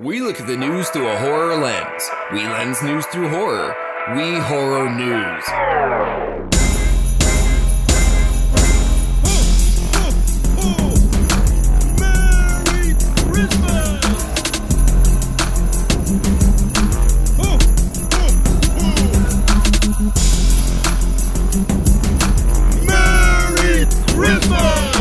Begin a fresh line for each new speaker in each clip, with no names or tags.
We look at the news through a horror lens. We lens news through horror. We horror news.
Merry Christmas! Merry Christmas!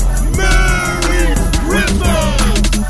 Merry Christmas!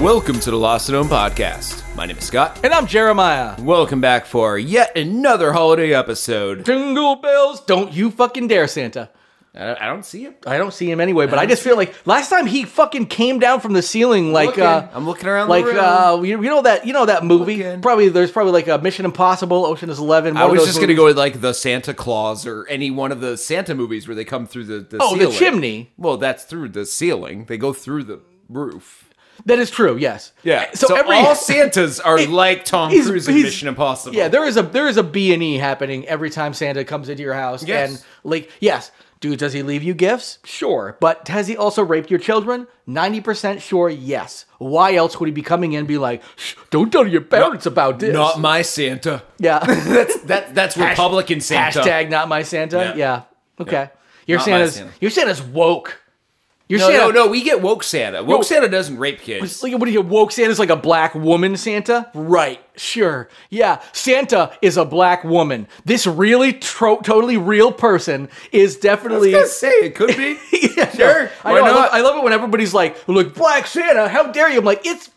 Welcome to the Lost and Known podcast. My name is Scott.
And I'm Jeremiah.
Welcome back for yet another holiday episode.
Jingle bells, don't you fucking dare, Santa.
I I don't see it.
I don't see him anyway, but I just feel like last time he fucking came down from the ceiling like
Looking.
uh
I'm looking around the
like
room.
uh you, you know that you know that movie
Looking.
probably there's probably like a Mission Impossible, Ocean is Eleven.
I
one of
was
those
just going to
movies.
go with like the Santa Claus or any one of the Santa movies where they come through the, the
Oh, the
ceiling.
chimney.
Well, that's through the ceiling. They go through the roof.
That is true. Yes.
Yeah.
So,
So,
every
all Santas are like Tom
he's-
Cruise in
he's-
Mission Impossible.
yeah there is a there is a B and E happening every time Santa comes into your house.
Yes.
And like yes, dude, does he leave you gifts? Sure. But has he also raped your children? Ninety percent sure. Yes. Why else would he be coming in and be like, "Shh, don't tell your parents about this?
Not my Santa.
yeah.
That's that. That's Republican Santa.
Hashtag not my Santa.
Yeah.
Yeah. Okay. Your
Not my
Santa's
Santa.
your Santa's woke. Your
No,
Santa
no, no. We get woke Santa. Woke
No.
Santa doesn't rape kids.
It's like, what do you woke Santa's like a black woman Santa? Right, sure. Yeah, Santa is a black woman. This really tro- totally real person is definitely
I was gonna say it could be.
Yeah,
Sure,
I,
why
know, I, love,
not?
I love it when everybody's like, "Look, Black Santa, how dare you?" I'm like, "It's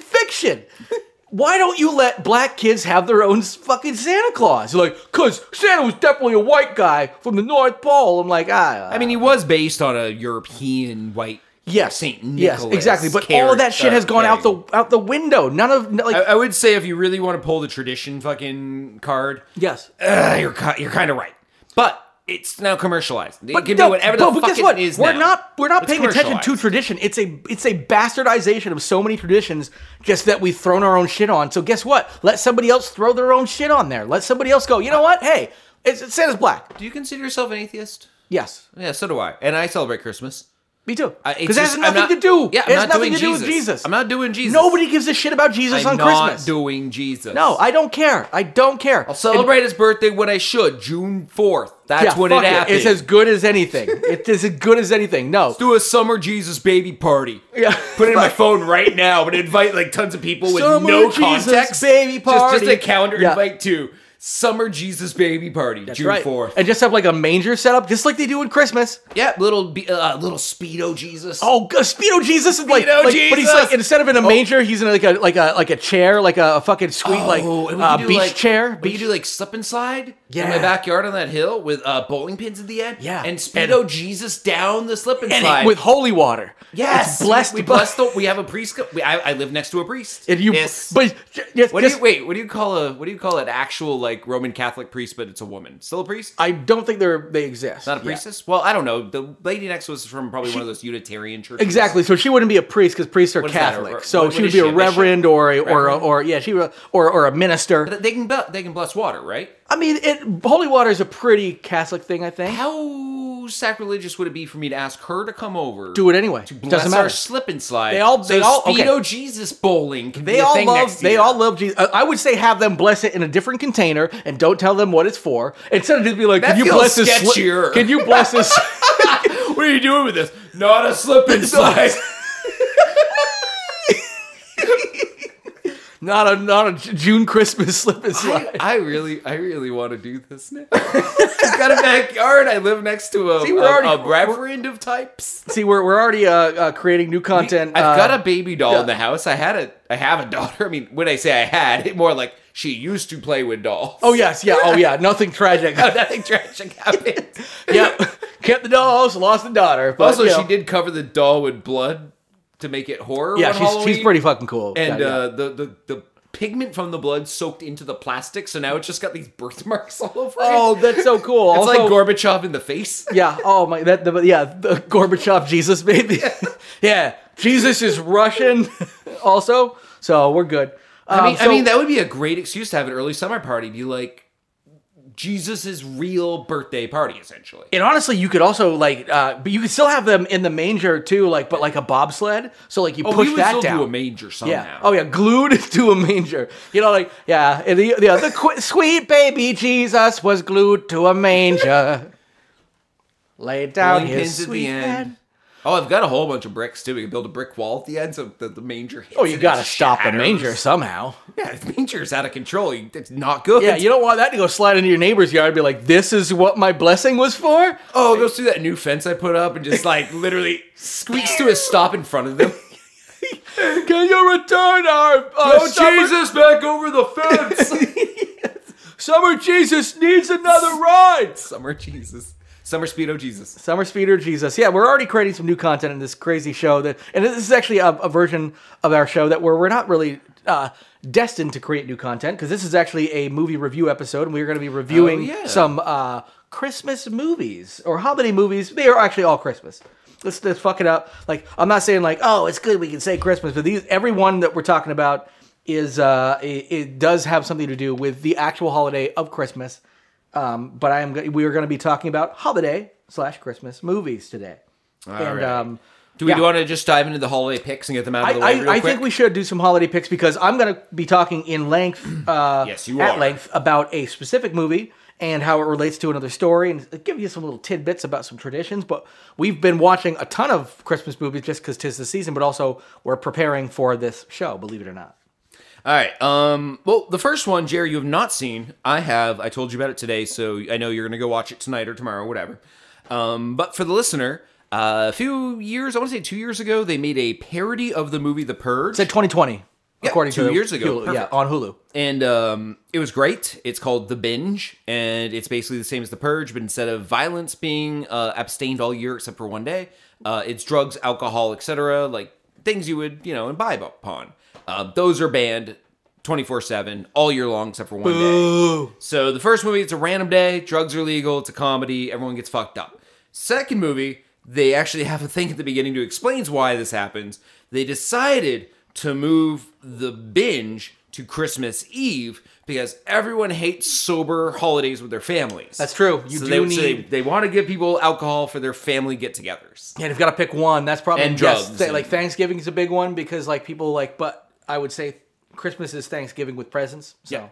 fiction." Why don't you let black kids have their own s- fucking Santa Claus? You're like, "Cause Santa was definitely a white guy from the North Pole." I'm like, "Ah."
I mean, he was based on a European white.
yes,
Saint
yes,
Nicholas
exactly. But all of that shit has gone out the
character
out the window. None of n- like
I, I would say if you really want to pull the tradition fucking card,
yes.
uh, you're ki- you're kind of right. But it's now commercialized. It can
no,
be whatever
but-
the
but
fuck
guess
it
what?
is
We're
now.
not we're not
It's
paying attention to
commercialized.
tradition. It's a it's a bastardization of so many traditions just that we've thrown our own shit on. So guess what? Let somebody else throw their own shit on there. Let somebody else go. You know what? Hey, it's, it's Santa's black.
Do you consider yourself an atheist?
Yes,
Yeah, so do I. And I celebrate Christmas.
me too.
I- it's
Because it has
just- I'm
nothing
not-
to do.
Yeah,
it
I'm
has
not
nothing
doing
to do with Jesus.
I'm not doing Jesus.
Nobody gives a shit about Jesus
I'm
on
not
Christmas.
doing Jesus.
no, I don't care. I don't care. I'll
celebrate his birthday when I should. June fourth. That's when it happened.
It's as good as anything. it is as good as anything. No,
do a summer Jesus baby party.
Yeah.
Put it in my phone right now. I'm gonna invite like tons of people with
Summer
no
Jesus
context.
baby
Just,
party.
just a calendar
Yeah.
invite to summer Jesus baby party, June
right.
4th.
and just have like a manger set up, just like they do in Christmas.
yeah, little be- uh, little speedo Jesus.
Oh, g- Speedo Jesus is like,
Speedo
like- but he's like
Jesus! Oh.
instead of in a manger, he's in like a like a like a chair, like a, fucking sweet like
Oh, and we
uh,
could do,
beach
like-
chair.
We could
Beach-
do like slip and slide in my
Yeah.
backyard on that hill with uh, bowling pins at the end.
Yeah.
and speedo
And-
Jesus down the slip and,
and
slide
it- with holy water.
yes,
It's blessed.
We, we
by-
bless the. We have a priest. We, I, I live next to a priest.
and you,
yes.
but yes,
What do
just-
you wait? What do you call a what do you call an actual like Roman Catholic priest, but it's a woman? Still a priest?
I don't think they're they exist.
Not a
Yeah.
priestess? Well, I don't know. The lady next to us is from probably one of those Unitarian churches.
Exactly. So she wouldn't be a priest because priests are
What is that, a
Catholic.
re-
so
what-
she
what
would
is
be
she, a
a reverend or a, or a,
Reverend?
or yeah, she would- or or a minister.
But They can bu- they can bless water, right?
I mean, it holy water is a pretty Catholic thing, I think.
How sacrilegious would it be for me to ask her to come over?
Do it anyway.
Bless
Doesn't
our
matter.
slip and slide.
They all- they
so
all- okay.
Speedo Jesus bowling. Can be
They
a
all
thing
love.
next
They
year.
all love Jesus. Uh, I I would say have them bless it in a different container and don't tell them what it's for. Instead of just be like,
That
can you
feels
bless this? sli-
sketchier.
can you bless this?
What are you doing with this? Not a slip and slide.
not a not a J- June Christmas slip and
I,
slide.
I really, I really want to do this now. I've got a backyard. I live next to a,
See,
a,
we're already-
a reverend of types.
See, we're we're already uh, uh, creating new content.
I've
uh,
got a baby doll
yeah.
in the house. I had a, I have a daughter. I mean, when I say I had, it more like she used to play with dolls.
Oh yes, yeah. Oh yeah. Nothing tragic.
nothing tragic happened.
yep. Kept the dolls, lost the daughter. But,
Also,
you know,
she did cover the doll with blood to make it horror.
Yeah,
on
she's
Halloween.
she's pretty fucking cool.
And
Yeah, yeah.
Uh, the the the pigment from the blood soaked into the plastic, so now it's just got these birthmarks all over
Oh,
it.
that's so cool.
It's
Also-
like Gorbachev in the face.
Yeah. Oh my. That. The, yeah. The Gorbachev Jesus baby. yeah. Jesus is Russian. also, so we're good. Um,
I mean, I
so-
mean, that would be a great excuse to have an early summer party. Be like Jesus' real birthday party, essentially.
And honestly, you could also like, uh, but you could still have them in the manger too, like, but like a bobsled. So like you
Oh,
push
we would
that
still
down.
do a manger somehow.
yeah. Oh yeah, glued to a manger. You know, like yeah, and the yeah, the qu- sweet baby Jesus was glued to a manger. Laid down
Bowling
his
pins at
sweet
the end.
head.
Oh, I've got a whole bunch of bricks too. We can build a brick wall at the end so that the manger. Hits
Oh, you
and
gotta
it
stop the
shatters.
manger somehow.
Yeah, if the manger's out of control, you- it's not good.
Yeah, you don't want that to go slide into your neighbor's yard and be like, this is what my blessing was for?
Oh, it goes through that new fence I put up and just like literally squeaks to a stop in front of them.
Can you return our. our summer,
Oh, back over the fence.
Summer Jesus needs another ride!
Summer Jesus. Summer Speedo Jesus.
Summer Speeder Jesus. Yeah, we're already creating some new content in this crazy show that, and this is actually a, a version of our show that where we're not really uh, destined to create new content because this is actually a movie review episode, and we're going to be reviewing
yeah.
some uh, Christmas movies or holiday movies. They are actually all Christmas. Let's just fuck it up. Like I'm not saying like, oh, it's good we can say Christmas, but these every one that we're talking about is uh, it, it does have something to do with the actual holiday of Christmas. Um, but I am go- we are going to be talking about holiday slash Christmas movies today. and
right.
um,
Do we
Yeah.
want to just dive into the holiday picks and get them out of
I,
the way real
I, I
quick?
think we should do some holiday picks because I'm going to be talking in length, uh,
Yes, you
at
are.
length about a specific movie and how it relates to another story, and give you some little tidbits about some traditions. But we've been watching a ton of Christmas movies just because tis the season, but also we're preparing for this show. Believe it or not.
All right. Um, well, the first one, Jerry, you have not seen. I have. I told you about it today, so I know you're going to go watch it tonight or tomorrow, whatever. Um, but for the listener, uh, a few years, I want to say two years ago, they made a parody of the movie The Purge.
It's at 2020, according
two
to
years ago.
Hulu, yeah,
Perfect.
on Hulu.
and um, it was great. It's called The Binge, and it's basically the same as The Purge, but instead of violence being uh, abstained all year except for one day, uh, it's drugs, alcohol, etc., like things you would you know imbibe upon. Uh, those are banned twenty four seven all year long except for one day. So the first movie, it's a random day. Drugs are legal. It's a comedy. Everyone gets fucked up. Second movie, they actually have a thing at the beginning to explains why this happens. They decided to move the binge to Christmas Eve because everyone hates sober holidays with their families.
That's true. You
so
do
they, so
need-
they, want to give people alcohol for their family get-togethers.
Yeah, if you've got to pick one, that's probably
And
yes,
drugs
th- like
and-
Thanksgiving is a big one because like people like, but I would say Christmas is Thanksgiving with presents. So.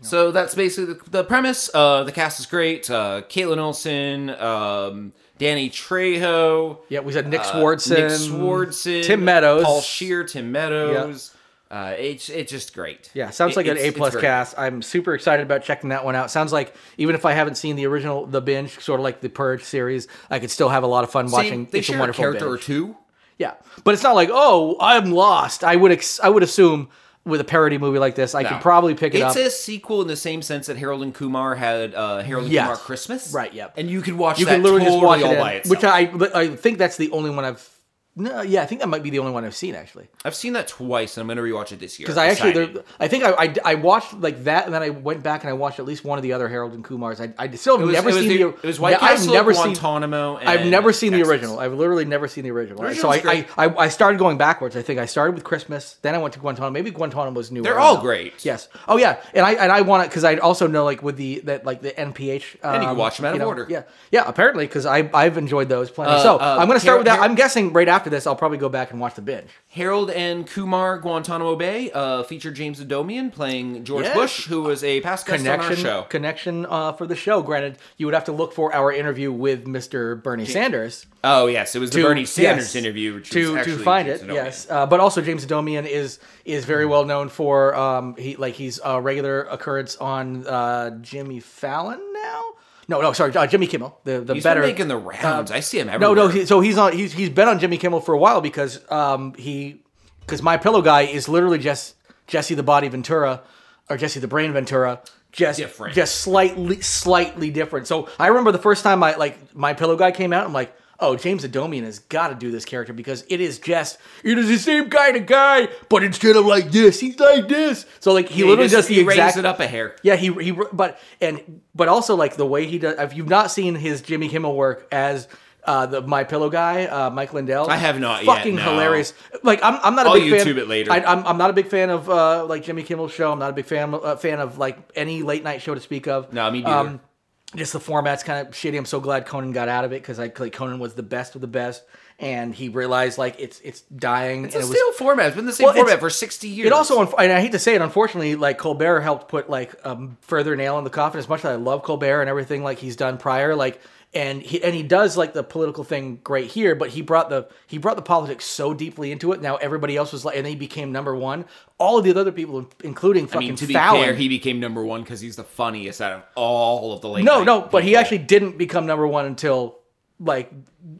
So that's basically the, the premise. Uh, the cast is great. Uh, Caitlin Olsen, um, Danny Trejo.
Yeah, we said Nick
uh,
Swardson,
Nick Swardson,
Tim Meadows.
Paul Shear, Tim Meadows. Uh, it's it's just great.
Yeah, sounds
It-
like an
it's-
A
it's
plus
great.
cast. I'm super excited about checking that one out. Sounds like even if I haven't seen the original, the binge, sort of like the Purge series, I could still have a lot of fun
See,
watching.
they
It's a
share a
wonderful
character or
Binge.
two.
Yeah, but it's not like oh, I'm lost. I would ex- I would assume with a parody movie like this, I could probably pick it
it's
up.
a sequel in the same sense that Harold and Kumar had uh, Harold and
Yes.
Kumar Christmas.
Right, yep.
And you could watch
you
that
can literally
totally
just watch it
all
in-
by itself.
which I but I think that's the only one I've. No, yeah, I think that might be the only one I've seen actually.
I've seen that twice and I'm going to rewatch it this year.
Because I actually,
Decided.
there, I think I, I, I watched like that, and then I went back and I watched at least one of the other Harold and Kumars. I, I still have
it was,
never
it was
seen
the,
the.
it was White
yeah,
Castle,
I've never seen.
Guantanamo. and
I've never seen
Texas.
the original. I've literally never seen the original. so
original's
I,
great.
I, I, I started going backwards. I think I started with Christmas, then I went to Guantanamo. Maybe Guantanamo's new.
They're all great.
Yes. Oh yeah, and I and I want it because I also know like with the that like the NPH. Um,
you can watch 'em out of
know,
order.
Yeah, yeah. Apparently, because I I've enjoyed those plenty. so
uh,
I'm gonna start
Har-
with that.
Har-
I'm guessing right after this, I'll probably go back and watch the binge.
Harold and Kumar Guantanamo Bay uh, featured James Adomian playing George
Yes.
Bush, who was a past guest on our
connection
show.
connection uh, for the show. Granted, you would have to look for our interview with Mr. Bernie Sanders.
Oh yes, it was the
to-
Bernie Sanders
yes,
interview which was
to to
actually
find
James
it.
Adomian.
Yes, uh, but also James Adomian is is
Hmm.
very well known for um, he like he's a regular occurrence on uh, Jimmy Fallon now. No, no, sorry, uh, Jimmy Kimmel. The the
he's
better uh,
been making the rounds. I see him
no,
everywhere.
no. He, so he's on. He's he's been on Jimmy Kimmel for a while because um he because my pillow guy is literally just Jesse the Body Ventura or Jesse the Brain Ventura. Just
Different.
just slightly slightly different. So I remember the first time I like my pillow guy came out. I'm like. oh, James Adomian has got to do this character because it is just it is the same kind of guy, but instead of like this, he's like this. So like he literally
just
does the
he raised
exact
it up a hair.
Yeah, he he but and but also like the way he does. If you've not seen his Jimmy Kimmel work as uh, the My Pillow guy, uh, Mike Lindell,
I have not yet,
Fucking
no.
hilarious. Like I'm, I'm not a
I'll
big fan.
YouTube it later.
I, I'm, I'm not a big fan of uh, like Jimmy Kimmel show. I'm not a big fan uh, fan of like any late night show to speak of. Um,
No, me neither.
just the format's kind of shitty. I'm so glad Conan got out of it because I like Conan was the best of the best, and he realized like it's it's dying.
It's
and it
a
was,
stale format. It's been the same
Well, it's-
format for sixty years.
it also, unf- and I hate to say it, unfortunately, like Colbert helped put like a um, further nail in the coffin. As much as I love Colbert and everything like he's done prior, like and he and he does like the political thing great here, but he brought the he brought the politics so deeply into it. Now everybody else was like, and he became number one. All of the other people, including
I
fucking
mean, to be
Fallon,
fair, he became number one because he's the funniest out of all of the late.
no,
night
no, but he
people.
actually didn't become number one until like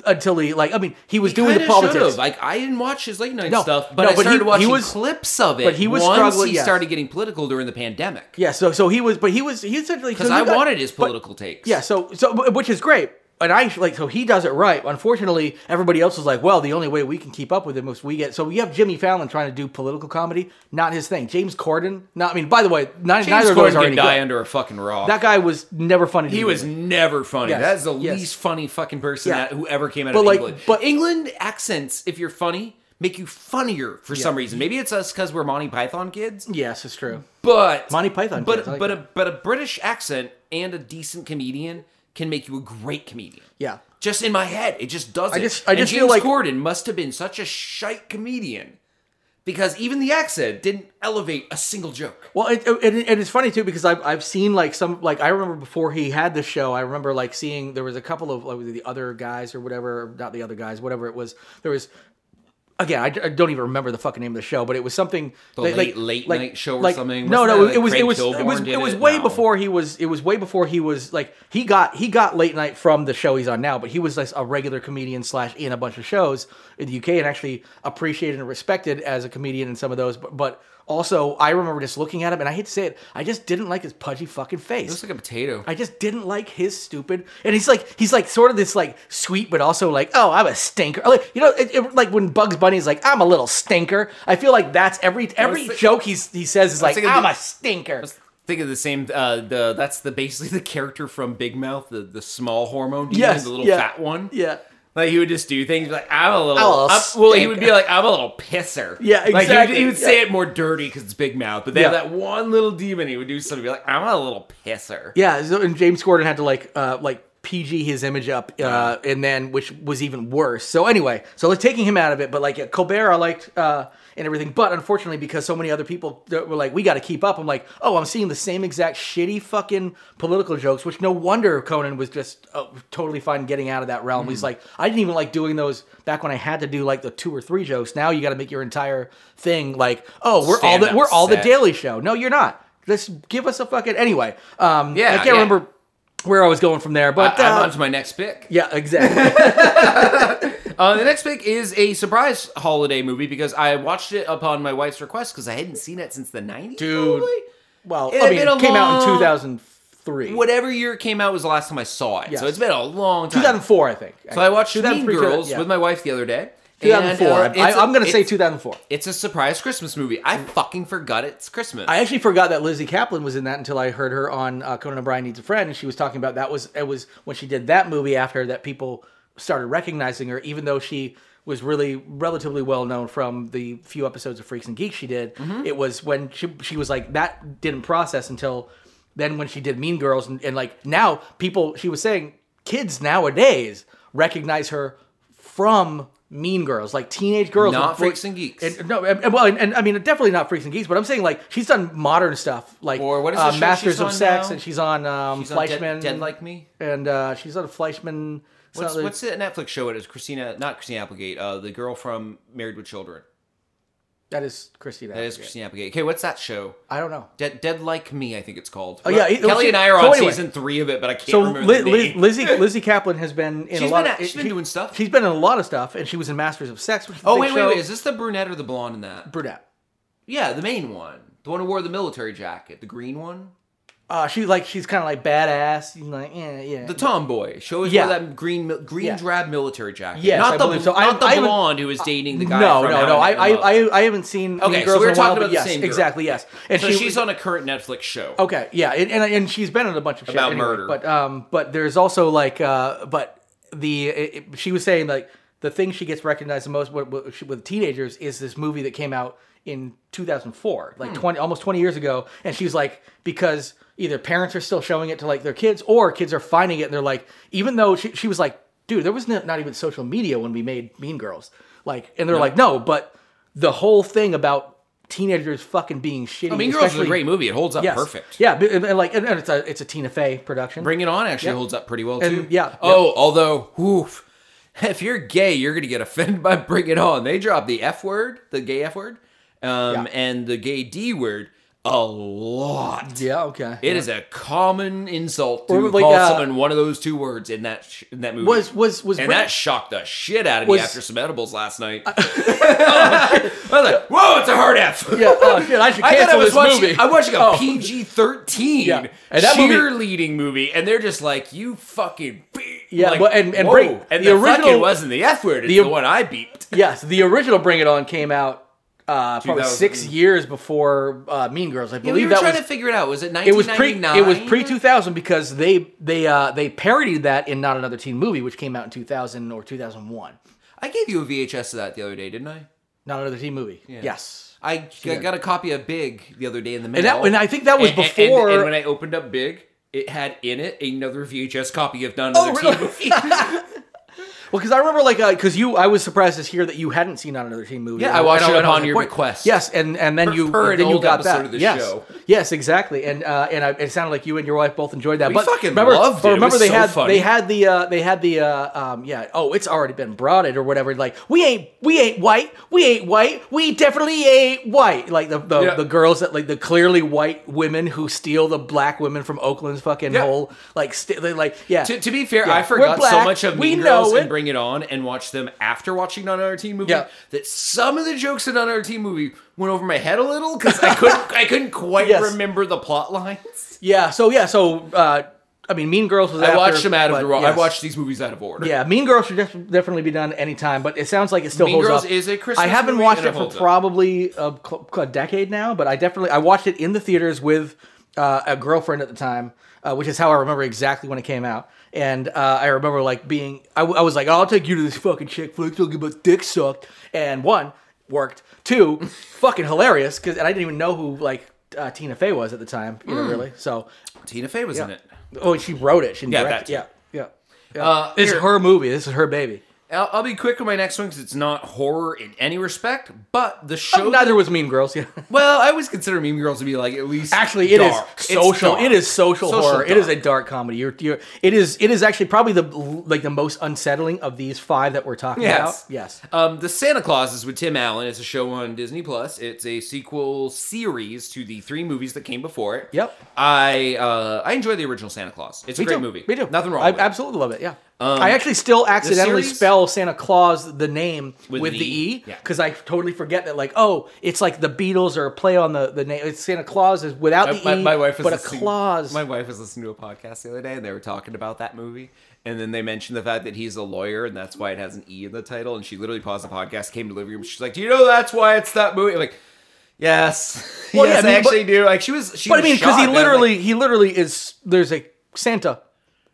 until he like I mean he was doing the
Kinda should've.
politics.
Like I didn't watch his late night
No,
stuff, but
no,
I
but he-
started
he
watching
was-
clips of it.
but he was
once
struggling-
He
yes.
started getting political during the pandemic
yeah, so so he was, but he was he essentially
because I wanted his political takes.
Yeah, so so but- which is great. And I like so he does it right. Unfortunately, everybody else was like, "Well, the only way we can keep up with him is we get." So we have Jimmy Fallon trying to do political comedy, not his thing. James Corden, not. I mean, by the way, not,
James
neither of those
Corden
are
can
any
die
good.
under a fucking rock.
That guy was never funny. To
He
me.
was never funny.
Yes,
That is the
yes.
least funny fucking person
Yeah.
that who ever came out
But
of
like-
England.
but-
England accents, if you're funny, make you funnier for some reason. Maybe it's us because we're Monty Python kids.
Yes, it's true.
But
Mm. Monty Python
But
kids, I like
but
that.
a but a British accent and a decent comedian can make you a great comedian.
Yeah.
Just in my head, it just does. I
just-
it.
I
And
just
James
feel like-
Corden must have been such a shite comedian because even the accent didn't elevate a single joke.
Well, it, it, and it's funny too because I've, I've seen like some like I remember before he had the show. I remember like seeing there was a couple of like the other guys or whatever, not the other guys, whatever it was. There was again, I, I don't even remember the fucking name of the show, but it was something
The late- late night show or something?
No,
Wasn't
no,
that,
it was
like,
it was
Craig
it was
Kilborn
it
did
was
it?
way
No.
before he was it was way before he was like he got he got late night from the show he's on now, but he was like a regular comedian slash in a bunch of shows in the UK and actually appreciated and respected as a comedian in some of those, but. but also, I remember just looking at him, and I hate to say it, I just didn't like his pudgy fucking face.
It's like a potato.
I just didn't like his stupid. And he's like, he's like sort of this like sweet, but also like, oh, I'm a stinker. Like you know, it, it- like when Bugs Bunny's like, I'm a little stinker. I feel like that's every every
thi-
joke he's he says is like,
thinking
I'm
the-
a stinker.
Think of the same. Uh, the that's the basically the character from Big Mouth, the the small hormone demon,
Yes,
the little
yeah,
fat one.
Yeah.
Like he would just do things like I'm a little.
I'm a little
I'm- well, he would be
stinker.
like I'm a little pisser.
Yeah,
Like he would- he would,
exactly,
say it more dirty because it's Big Mouth, but they have
Yeah.
that one little demon. He would do something be like I'm a little pisser.
Yeah, so, and James Corden had to like uh, like PG his image up, uh, and then which was even worse. So anyway, so like taking him out of it, but like yeah, Colbert, I liked uh, and everything, but unfortunately because so many other people that were like, we got to keep up. I'm like, oh, I'm seeing the same exact shitty fucking political jokes, which no wonder Conan was just uh, totally fine getting out of that realm.
Mm.
He's like, I didn't even like doing those back when I had to do like the two or three jokes. Now you got to make your entire thing like, oh, we're all the
Stand-up
we're all the
set.
Daily Show. No, you're not. Just give us a fucking anyway. Um,
Yeah,
I can't
yeah.
remember where I was going from there, but
I,
uh,
am on to my next pick.
yeah, exactly.
Uh, the next pick is a surprise holiday movie because I watched it upon my wife's request because I hadn't seen it since the 90s.
Dude.
probably.
well,
It
I
had
mean,
been a
it came out in
long-
2003,
whatever year it came out was the last time I saw it. So
Yes.
it's been a long time.
2004, I think.
So I watched Mean
2003,
Girls
yeah.
with my wife the other day.
2004.
And, uh,
I,
it's a-
I'm gonna say
it's-
2004.
It's a surprise Christmas movie. I fucking forgot it's Christmas.
I actually forgot that Lizzie Kaplan was in that until I heard her on uh, Conan O'Brien Needs a Friend, and she was talking about that was it was when she did that movie after that people started recognizing her, even though she was really relatively well known from the few episodes of Freaks and Geeks she did. It was when she she was like that didn't process until then when she did Mean Girls, and, and like now people she was saying kids nowadays recognize her from Mean Girls, like teenage girls,
Not
with-
Freaks and Geeks.
and- no, and, and- well, and, and I mean, definitely not Freaks and Geeks, but I'm saying like she's done modern stuff, like
Or what is the
uh,
show
Masters
she's
of
on
Sex,
now?
and she's on um,
She's on
Fleischman,
Dead- Dead Like Me?
and uh, she's on Fleischman. it's
what's,
not like-
what's the Netflix show? It is Christina, not Christina Applegate, uh, the girl from Married with Children.
that is Christina.
That is Christina Applegate. Okay, what's that show?
I don't know.
Dead, Dead Like Me, I think it's called.
Oh, yeah,
Well,
it-
Kelly
she-
and I are
so
on
anyway.
season three of it, but I can't
So
remember
Li-
the
Liz,
name.
Lizzie Lizzie Kaplan has been in
She's
a lot.
been
of,
at- she's been doing stuff.
She's been in a lot of stuff, and she was in Masters of Sex. Which is a
oh
big
wait, wait,
show.
wait! Is this the brunette or the blonde in that?
brunette?
Yeah, the main one, the one who wore the military jacket, the green one.
Uh, she like she's kind of like badass. You know, like yeah, yeah.
The tomboy. Show us
Yeah.
where that green mil- green
Yeah.
drab military jacket.
Yes,
not
I
the
believe so. I-
not the
I haven't-
blonde who is dating the guy.
no,
from
no,
How
no.
I
I,
Met Your
I,
Mother.
I, I haven't seen Mean
Okay, so
Girls
we're
in a while,
talking
but
about the
yes,
same girl.
exactly, yes. And
so
she,
she's on a current Netflix show.
Okay, yeah, and, and and she's been in a bunch of shit
About
anyway,
murder.
but um, but there's also like uh, but the it, it- she was saying like the thing she gets recognized the most with, with with teenagers is this movie that came out in 2004,
Hmm.
like 20 almost 20 years ago, and she's like because either parents are still showing it to like their kids or kids are finding it and they're like even though she, she was like dude there was no, not even social media when we made Mean Girls like and they're like no but the whole thing about teenagers fucking being shitty
Mean Girls is a
especially-
great movie. It holds up
Yes.
Oh, perfect.
Yeah, but- and, and like and, and it's a it's a Tina Fey production.
Bring It On actually
Yep.
holds up pretty well
And,
too.
yeah,
Oh, although, oof, if you're gay, you're gonna get offended by Bring It On. They drop the F word, the gay F word, um,
Yeah.
and the gay D word a lot.
yeah, okay.
It is a common insult to
Or like,
call
uh,
someone one of those two words in that sh- in that movie.
was was was
and
Bring-
that shocked the shit out of
Was-
me after some edibles last night. I was like, "Whoa, it's a hard F."
yeah, oh shit, I should
I
cancel
thought I was
this
watching.
movie.
I'm watching a
Oh.
PG 13
Yeah. And that movie-
cheerleading movie, and they're just like, "You fucking beep."
Yeah,
like,
well, and- and
whoa.
break-
and the,
the
original
original-
wasn't the F word. It's the,
the-
one I beeped.
Yes, the original Bring It On came out uh, probably
2000.
six years before uh, Mean Girls. I
Yeah, we
believe
were
that
trying
was
to figure it out. Was it
it was pre
1999?
it was pre 2000 because they they uh, they parodied that in Not Another Teen Movie, which came out in 2000 or 2001.
I gave you a VHS of that the other day, didn't I?
Not Another Teen Movie. Yes.
I g- got a copy of Big the other day in the mail,
And that- and I think that was
And- and- and-
before-
And, when I opened up Big, it had in it another VHS copy of None Another
Oh,
Teen
really?
Movie.
Well, because I remember like because you, I was surprised to hear that you hadn't seen Not Another Teen Movie.
Yeah,
And
I watched
and
it
I was
upon your
"Wait."
request.
Yes, and and then you
per an
then you
old
got
episode
that.
of the
yes,
show.
yes, exactly. And uh, and I, it sounded like you and your wife both enjoyed that.
We
but
fucking
remember,
loved it.
but
It
remember
was
they
so
had
funny.
they had the uh, they had the uh, um, yeah. Oh, it's already been broaded or whatever. Like we ain't we ain't white. We ain't white. We definitely ain't white. Like the the,
Yeah.
the girls that like the clearly white women who steal the black women from Oakland's fucking
Yeah.
hole. Like st- they like yeah.
To, to be fair,
Yeah.
I
We're
forgot so
black.
much of
We
Mean
know
Girls and
it.
Bring It On and watched them after watching None Other Teen Movie
Yeah.
that some of the jokes in None Other Teen Movie went over my head a little because I couldn't I couldn't quite
Yes.
remember the plot lines.
Yeah. So yeah. So uh, I mean, Mean Girls was.
I
after,
watched them out of
but
the wrong.
yes.
I watched these movies out of order.
Yeah, Mean Girls should def- definitely be done anytime, but it sounds like it still
Mean
holds
Girls
up.
is a Christmas
I haven't
movie
watched
and it
it for
holds up.
probably a, cl- a decade now, but I definitely I watched it in the theaters with uh, a girlfriend at the time, uh, which is how I remember exactly when it came out. And uh, I remember like being I, w- I was like, I'll take you to this fucking chick flick talking about dick sucked, and one worked, two fucking hilarious because and I didn't even know who like uh, Tina Fey was at the time, you
Mm.
know, really. So
Tina Fey was in it.
Oh, she wrote it. She didn't
Yeah,
direct
that
it. Yeah, yeah. yeah.
Uh,
this
here-
is her movie. This is her baby.
I'll, I'll be quick on my next one because it's not horror in any respect, but the show.
Neither was Mean Girls. Yeah.
well, I always consider Mean Girls to be like at least
Actually, it is
dark. It's
social.
dark.
It is social,
Social
horror. It is a
dark.
dark comedy. You're, you're, it is. It is actually probably the like the most unsettling of these five that we're talking
Yes.
about. Yes.
Um, the Santa Claus is with Tim Allen. It's a show on Disney Plus. It's a sequel series to the three movies that came before it.
Yep.
I uh, I enjoy the original Santa Claus. It's a great
too.
movie.
Me too.
Nothing wrong.
I
with it. Um,
absolutely love it. Yeah. I actually still accidentally
series-
spell Santa Claus the name
With
with,
an
the
E.
E
Yeah.
because I totally forget that. Like, oh, it's like the Beatles or a play on the the name. It's Santa Claus is without the
My,
E,
my wife was
but a
listening-
clause.
My wife was listening to a podcast the other day, and they were talking about that movie. And then they mentioned the fact that he's a lawyer, and that's why it has an E in the title. And she literally paused the podcast, came to the living room. She's like, "Do you know that's why it's that movie?" I'm like, yes,
Well,
yes,
yeah, I
I
mean, but-
actually do. Like, she was. She
But I
was
mean, because
shocked,
he
and I'm like,
literally, he literally is. There's a Santa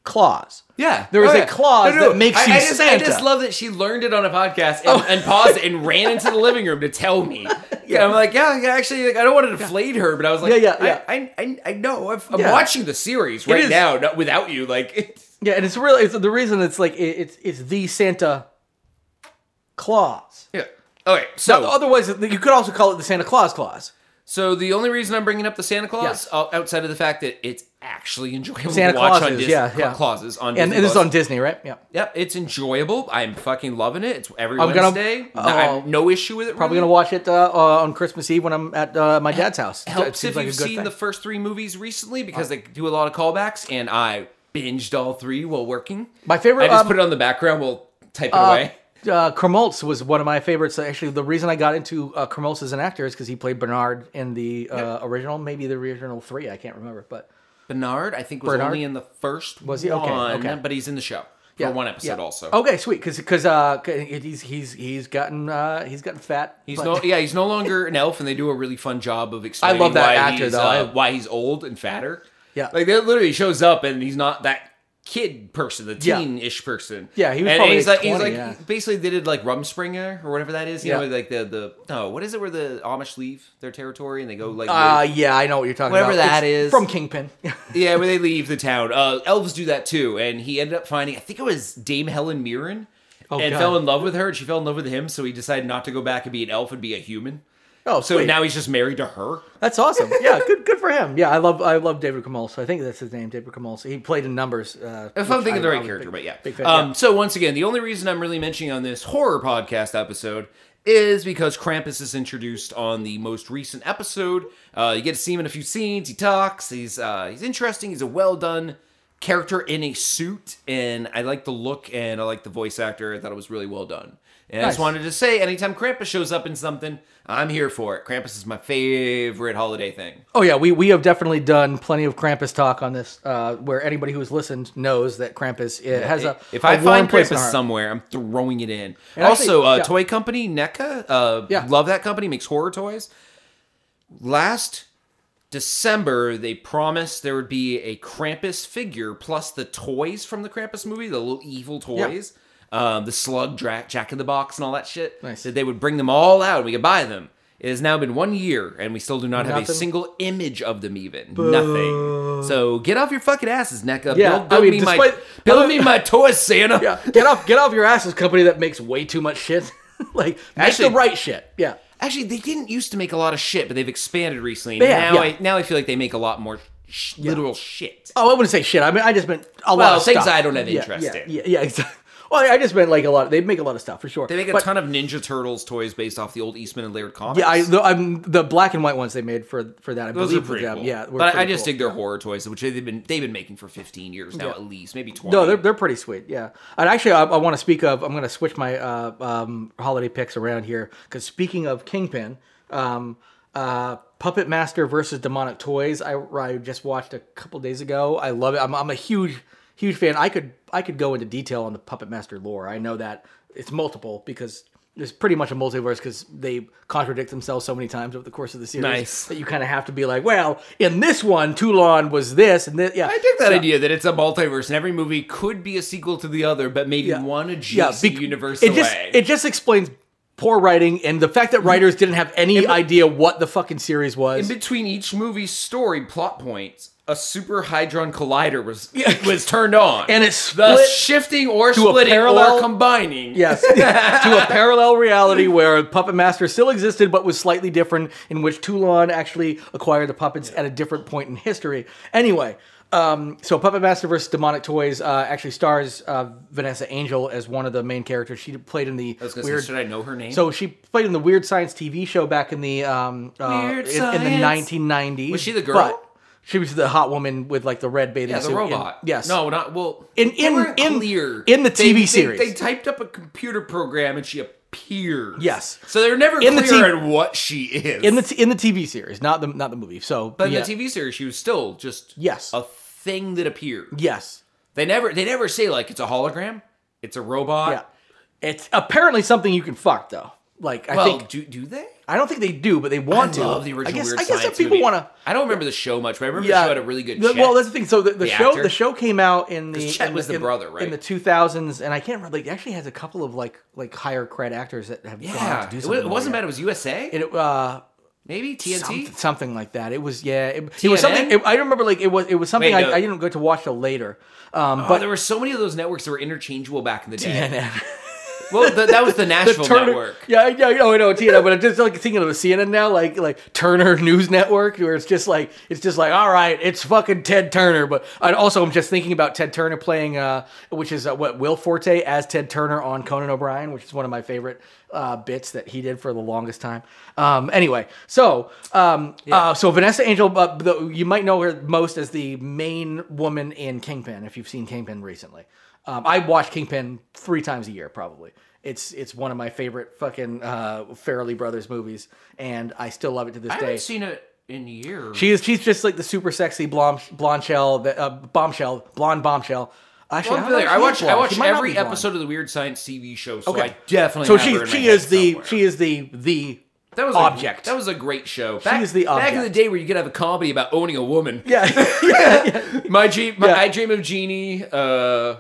Claus.
Yeah,
There is
Oh,
a
yeah.
clause that makes
I,
you
I just,
Santa. Oh.
I just love that she learned it on a podcast and, and paused it and ran into the living room to tell me. Yeah, I'm like, yeah, yeah, actually, like, I don't want to deflate her, but I was like,
Yeah, yeah,
I-
yeah.
I, I, I know. I've, I'm
Yeah.
watching the series right
is-
now, not without you. Like, it's,
yeah, and it's really it's the reason it's like it, it's it's the Santa Claus.
yeah. Okay, so
Otherwise, it- you could also call it the Santa Claus clause.
so the only reason I'm bringing up the Santa Claus,
Yes.
uh, outside of the fact that it's actually enjoyable
Santa
to watch on
Clauses,
Disney,
yeah, yeah.
clauses on
And,
Disney
and this is
Plus.
on Disney, right? Yeah.
Yep, it's enjoyable. I'm fucking loving it. It's every
I'm gonna-
Wednesday.
oh.
I'm- no issue with it.
Probably
really.
gonna watch it uh, uh, on Christmas Eve when I'm at uh, my dad's house. It
helps
seems
if
like a
you've
good
seen
thing.
the first three movies recently because they do a lot of callbacks, and I binged all three while working.
My favorite,
I just
um,
put it on the background while typing away.
Uh, Kremoltz was one of my favorites. Actually, the reason I got into uh, Kremoltz as an actor is because he played Bernard in the uh, original, maybe the original three. I can't remember, but
Bernard, I think, was
Bernard?
only in the first
Was he? Okay,
one,
okay. Oh,
but he's in the show for one episode also.
Okay, sweet. Because because uh, 'cause he's he's he's gotten uh, he's gotten fat.
He's
but-
no, yeah, he's no longer an elf, and they do a really fun job of explaining
love that
why
actor,
he's,
though. I-
Uh, why he's old and fatter.
Yeah.
like that literally shows up, and he's not that kid person, the
Yeah.
teen-ish person.
Yeah, he was
and,
probably
he's
like
like, he's
20,
like
yeah.
basically they did like Rumspringer or whatever that is. You
Yeah.
know, like the the no, what is it where the Amish leave their territory and they go like
Uh, yeah, I know what you're talking
Whatever
about.
that
It's
is.
from Kingpin.
yeah, when they leave the town. Uh, elves do that too, and he ended up finding I think it was Dame Helen Mirren,
Oh,
and
God.
fell in love with her, and she fell in love with him. So he decided not to go back and be an elf and be a human.
oh,
So
sweet.
now he's just married to her.
that's awesome. Yeah, good good for him. Yeah, I love I love David Camulso. I think that's his name, David Camulso. He played in Numbers. Uh,
If I'm
which
thinking
I-
the
I
right
was a
character,
big-
but yeah.
big fan,
um,
yeah.
So once again, the only reason I'm really mentioning on this horror podcast episode is because Krampus is introduced on the most recent episode. Uh, you get to see him in a few scenes. He talks. He's uh, he's interesting. He's a well done character in a suit, and I like the look and I like the voice actor. I thought it was really well done. And I just
Nice.
wanted to say, anytime Krampus shows up in something, I'm here for it. Krampus is my favorite holiday thing.
Oh yeah, we we have definitely done plenty of Krampus talk on this, uh, where anybody who's listened knows that Krampus it has a
If
I
I find
place in our
Krampus
heart.
somewhere, I'm throwing it in.
And I
also,
think-
uh,
yeah.
toy company NECA, uh,
Yeah.
love that company, makes horror toys. Last December, they promised there would be a Krampus figure plus the toys from the Krampus movie, the little evil toys, um, the slug, dra- Jack in the Box, and all that shit.
Nice.
That they would bring them all out and we could buy them. It has now been one year, and we still do not have a
Nothing.
single image of them, even nothing. So get off your fucking asses, NECA.
Yeah,
build,
I
build
mean,
me my
despite-
build me my toy, Santa.
Yeah, get off get off your asses, company that makes way too much shit. like make
Actually-
the right shit. Yeah.
Actually, they didn't used to make a lot of shit, but they've expanded recently.
Yeah,
now,
yeah.
I, now I feel like they make a lot more sh- literal shit.
Oh, I wouldn't say shit. I mean, I just meant a lot
Well,
of
things
stuff.
I don't have
Yeah,
interest
yeah,
in.
Yeah, yeah, exactly. Well, I just meant like a lot. They make a lot of stuff for sure.
They make a
But-
ton of Ninja Turtles toys based off the old Eastman and Laird comics.
Yeah, I, the, I'm, the black and white ones they made for for that. I
those are
believe
pretty
were-
cool.
Yeah, were
but I
pretty
just
cool.
dig their horror toys, which they've been they've been making for 15 years now
Yeah.
at least, maybe 20.
No, they're they're pretty sweet. Yeah, and actually, I, I want to speak of. I'm going to switch my uh, um, holiday picks around here because speaking of Kingpin, um, uh, Puppet Master versus Demonic Toys, I, I just watched a couple days ago. I love it. I'm, I'm a huge huge fan. I could I could go into detail on the Puppet Master lore. I know that it's multiple because. There's pretty much a multiverse because they contradict themselves so many times over the course of the series
Nice.
that you kind of have to be like, well, in this one, Toulon was this, and this. Yeah,
I dig that
So-
idea that it's a multiverse and every movie could be a sequel to the other, but maybe
yeah.
one
Yeah,
adjacent
bec-
universe
it
away.
just it just explains poor writing and the fact that writers didn't have any idea what the fucking series was.
In between each movie's story plot points, a super hydron collider was was turned on,
And it split
thus shifting or
to a
splitting
parallel-
or combining.
yes, to a parallel reality where Puppet Master still existed but was slightly different, in which Toulon actually acquired the puppets at a different point in history. Anyway. Um, so Puppet Master versus Demonic Toys uh, actually stars uh, Vanessa Angel as one of the main characters. She played in the
I was gonna
weird.
say, should I know her name?
so she played in the Weird Science TV show back in the um uh,
Weird
in, in the
Science.
1990s.
Was she the girl?
she was the hot woman with like the red bathing
yeah,
suit.
the robot.
In, yes.
No, not well.
In-
they
in-
weren't
in-
clear.
in the
They-
TV
they-
series.
They, typed up a computer program and she appears.
Yes.
So they're never
In the
clear
T-
on what she is.
In the t- in the TV series, not the not the movie. So
but in
yeah.
the TV series, she was still just
Yes.
a thing that appeared.
Yes.
They never they never say like it's a hologram, it's a robot.
Yeah. It's apparently something you can fuck though. Like I
Well,
think
do do they?
I don't think they do, but they want
I
to.
love the original
I guess,
Weird
I guess
Science
if people
movie.
want to.
I don't remember the show much, but I remember
Yeah,
the show had a really good.
The-
Chet.
Well, that's the thing. So the, the, show
actor.
the show came out in the
'Cause Chet
in
was the
in-
brother,
in
right?
the two thousands, and I can't remember. Like, it actually has a couple of like like higher cred actors that have gone on
yeah,
to do
it,
something.
wa- it wasn't
like
bad. It was USA,
that. It, uh,
maybe TNT.
Something, something like that. It was yeah. It, it was something.
TNN?
It, I remember like it was it was something
Wait,
I,
no.
I didn't go to watch till later. Um,
But
but
there were so many of those networks that were interchangeable back in the day.
TNN,
Well, th- that was the Nashville
Turner,
network.
yeah, yeah, you know, I know TNN, but I'm just like thinking of the CNN now, like like Turner News Network, where it's just like it's just like all right, it's fucking Ted Turner. But I also I'm just thinking about Ted Turner playing, uh, which is uh, what Will Forte as Ted Turner on Conan O'Brien, which is one of my favorite uh, bits that he did for the longest time. Um, anyway, so um, uh, so Vanessa Angel, uh, the, you might know her most as the main woman in Kingpin if you've seen Kingpin recently. Um, I watch Kingpin three times a year, probably. It's it's one of my favorite fucking uh, Farrelly Brothers movies, and I still love it to this
I
day.
haven't seen it in years.
She is. She's just like the super sexy blonde, blonde shell, that- uh, bombshell, blonde bombshell.
Well,
Actually,
I'm
don't know
familiar.
if
I
she is
watch I
blonde.
watch
She might not be
every
blonde.
episode of the Weird Science TV show, so
Okay.
I definitely.
So
have
she
her in my
she
head
is the
somewhere.
she is the the
that was
object.
A, that was a great show. Back,
is the
Back in the
object.
day where you could have a comedy about owning a woman.
yeah yeah. yeah.
My dream. My,
Yeah.
I dream of Genie. Uh,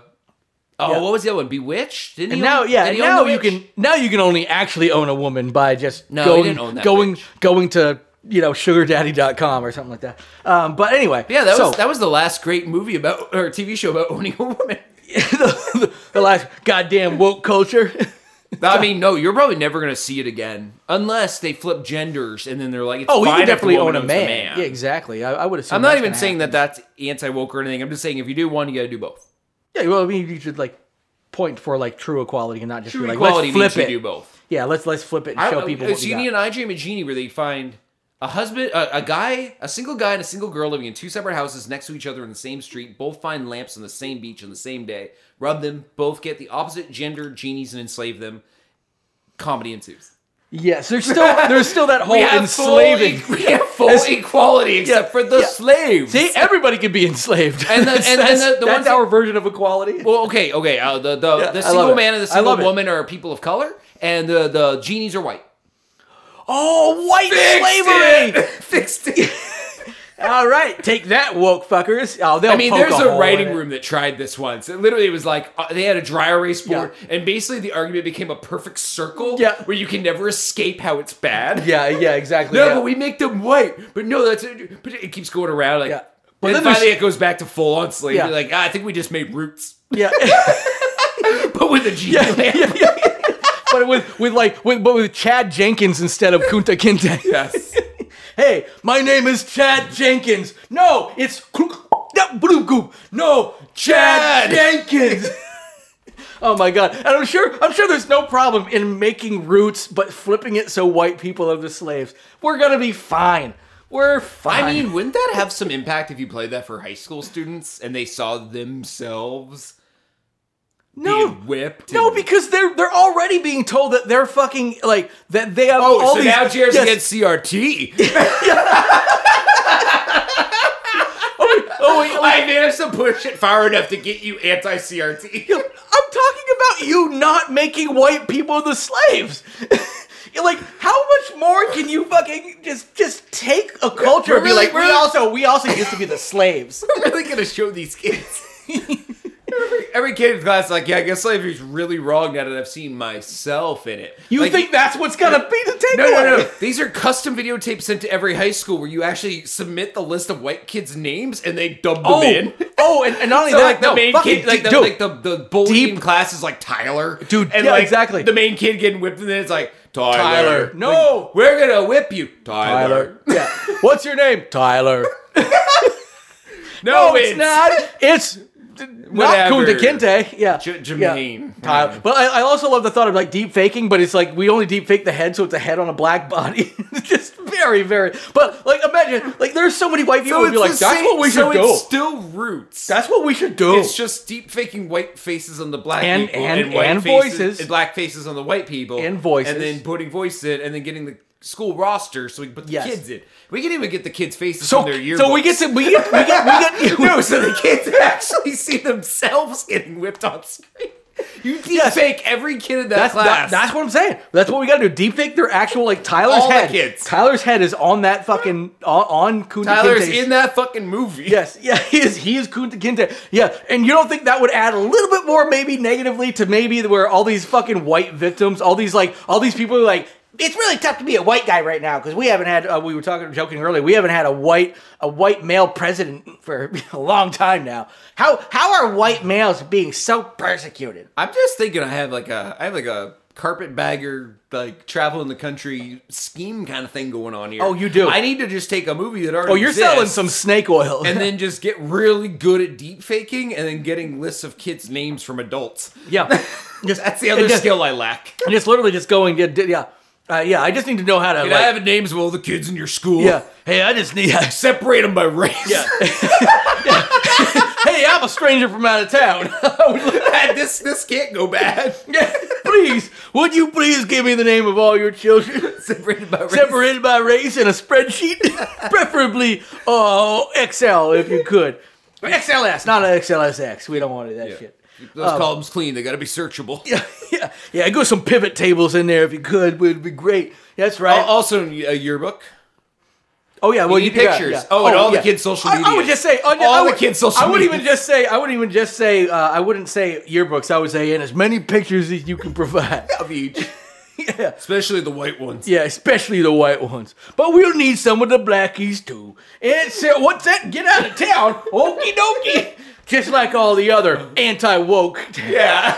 oh, what was the other one? Bewitched. Didn't
And
he
now
own-
yeah
did he own
now
The
you
Witch?
can now you can only actually own a woman by just
No, he
going
didn't own that
going
witch.
going to you know sugardaddy.com or something like that. Um, but anyway,
Yeah, that
so,
was that was the last great movie about or TV show about owning a woman.
the, the last goddamn woke culture.
I mean, no, you're probably never gonna see it again unless they flip genders and then they're like, it's
Oh, we
fine
could
if the
definitely
woman
own a
owns the
man. Yeah, exactly. I, I would assume.
I'm not
that's
even
gonna
saying
happen.
that that's anti woke or anything. I'm just saying if you do one, you got to do both.
Yeah, well, I mean, you should like point for like true equality and not just
True
be like
equality
let's flip
means
it.
you do both.
Yeah, let's let's flip it and
I-
show
I-
people.
So
what we
you
got.
need an I Dream of Genie where they find a husband, a, a guy, a single guy, and a single girl living in two separate houses next to each other in the same street. Both find lamps on the same beach on the same day. Rub them. Both get the opposite gender genies and enslave them. Comedy ensues.
Yes, there's still there's still that whole
full
Oh, enslaving.
e- we have full
As-
equality except for the
yeah.
slaves.
See, everybody can be enslaved.
And the-
That's-
and- and the- the
that's
ones that-
our version of equality.
Well, okay, okay. Uh, the the,
Yeah,
the
I
single
love it.
man and the
I
single
love it.
woman are people of color, and the the genies are white.
oh, white slavery!
Fixed it.
All right, take that, woke fuckers. Oh, they'll
I mean,
poke
there's a
hole in
writing
it.
room that tried this once. It literally was like uh, they had a dry erase board, and basically the argument became a perfect circle
Yeah.
where you can never escape how it's bad.
Yeah, yeah, exactly.
No,
yeah.
but we make them white. But no, that's but it keeps going around like.
Yeah.
But
But
then
then
finally,
there's-
it goes back to full on slavery.
Yeah.
Like ah, I think we just made roots,
yeah.
but with a genie lamp.
yeah, yeah, yeah. But with with like with, but with Chad Jenkins instead of Kunta Kinte.
Yes.
Hey, my name is Chad Jenkins. No, it's Bloop Goop. No, Chad, Jenkins. oh my god. And I'm sure I'm sure there's no problem in making roots but flipping it so white people are the slaves. We're going to be fine. We're fine.
I mean, wouldn't that have some impact if you played that for high school students and they saw themselves
no.
being whipped?
No,
and-
because they're they're already being told that they're fucking like that they have
oh,
all
so
these
now Jared's
Yes.
against CRT.
Oh, wait,
I managed to push it far enough to get you anti-CRT.
I'm talking about you not making white people the slaves. You're like, how much more can you fucking just just take a culture and be
really-
like,
we're-
we also we also used to be the slaves.
I'm really gonna show these kids. every, every kid in class, is like, yeah, I guess slavery's really wrong now that I've seen myself in it.
You
Like,
think that's what's gonna be the takeaway?
No, no, no. These are custom videotapes sent to every high school where you actually submit the list of white kids' names and they dub them
Oh,
in.
oh, and, and not only
So
that,
like the
no,
main
fucking
kid, like the,
dude,
like the the bullying
Deep-
class is like Tyler,
Dude,
and
yeah,
like
exactly.
the main kid getting whipped, and then it's like Tyler,
Tyler, no,
Like, we're gonna whip you,
Tyler.
Tyler.
Yeah, what's your name, Tyler?
No,
it's not. It's not
Whatever.
Kunta Kinte. Yeah,
J-
Yeah.
Jermaine.
Tyler. But I, I also love the thought of like deep faking, but it's like we only deep fake the head, so it's a head on a black body. It's Just very, very. But like, imagine like there's so many white people
So
who'd
it's
be like,
the
that's
same-
what we
so
should do.
It's still roots.
that's what we should do.
it's just deep faking white faces on the black
And-
people
and-
white
and
faces,
voices.
and black faces on the white people
And voices.
and then putting voices in, and then getting the school roster so we can put the
Yes.
kids in. We can even get the kids' faces
so,
from their yearbooks.
so we get to we get we get we get
no, so the kids actually see themselves getting whipped on screen. You deep
Yes.
fake every kid in that
That's,
class.
that, that's what I'm saying. That's what we gotta do. Deep fake their actual like Tyler's
All the
head.
kids.
Tyler's head is on that fucking on, on Kunta
Tyler's
Kinte's-
in that fucking movie.
Yes, yeah, he is. He is Kunta Kinte. Yeah, and you don't think that would add a little bit more, maybe negatively, to maybe where all these fucking white victims, all these like, all these people are like, it's really tough to be a white guy right now because we haven't had. Uh, we were talking, joking earlier. We haven't had a white, a white male president for a long time now. How how are white males being so persecuted?
I'm just thinking I have like a I have like a carpetbagger like traveling the country scheme kind of thing going on here.
Oh, you do.
I need to just take a movie that already
Oh, you're
exists
selling some snake oil.
and then just get really good at deep faking and then getting lists of kids' names from adults.
yeah, just,
That's the other
and just,
skill I lack.
And it's literally just going. Yeah, yeah, uh, yeah. I just need to know how to.
And
like,
I have names of all the kids in your school.
yeah. Hey, I just need.
Separate them by race.
Yeah. hey, I'm a a stranger from out of town. I would like-
this this can't go bad.
please, would you please give me the name of all your children?
Separated by race.
separated by race in a spreadsheet, preferably oh Excel if you could. XLS, not an XLSX. We don't want that shit. Um,
Those columns clean. They got to be searchable.
Yeah, yeah, yeah. Go some pivot tables in there if you could. Would be great. That's right.
Al- Also, a yearbook.
oh yeah, well
need
do that,
pictures. Oh, and all the kids' social
I- I, would
media.
just say I would-
All
I
the
would,
kids' social
I wouldn't
media.
even just say I wouldn't even just say uh, I wouldn't say yearbooks. I would say and as many pictures as you can provide.
Of each,
yeah.
especially the white ones.
Yeah, especially the white ones. But we'll need some of the blackies too. And so, what's that? Get out of town. Okie dokie. Just like all the other anti woke.
Yeah.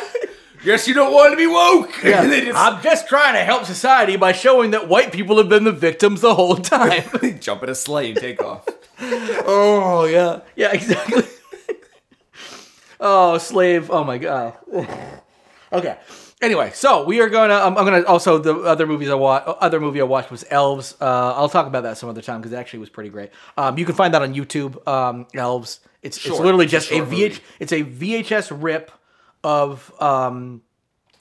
Yes, you don't want to be woke. They just-
I'm just trying to help society by showing that white people have been the victims the whole time.
jump in a sleigh and take off.
oh, yeah. Yeah, exactly. oh, slave. Oh, my God. okay. Anyway, so we are gonna. Um, I'm gonna also the other movies I watch. Other movie I watched was Elves. Uh, I'll talk about that some other time because it actually was pretty great. Um, you can find that on YouTube. Um, Elves. It's
Short.
it's literally
It's a
just a
short
VH.
movie.
It's a VHS rip of. Um,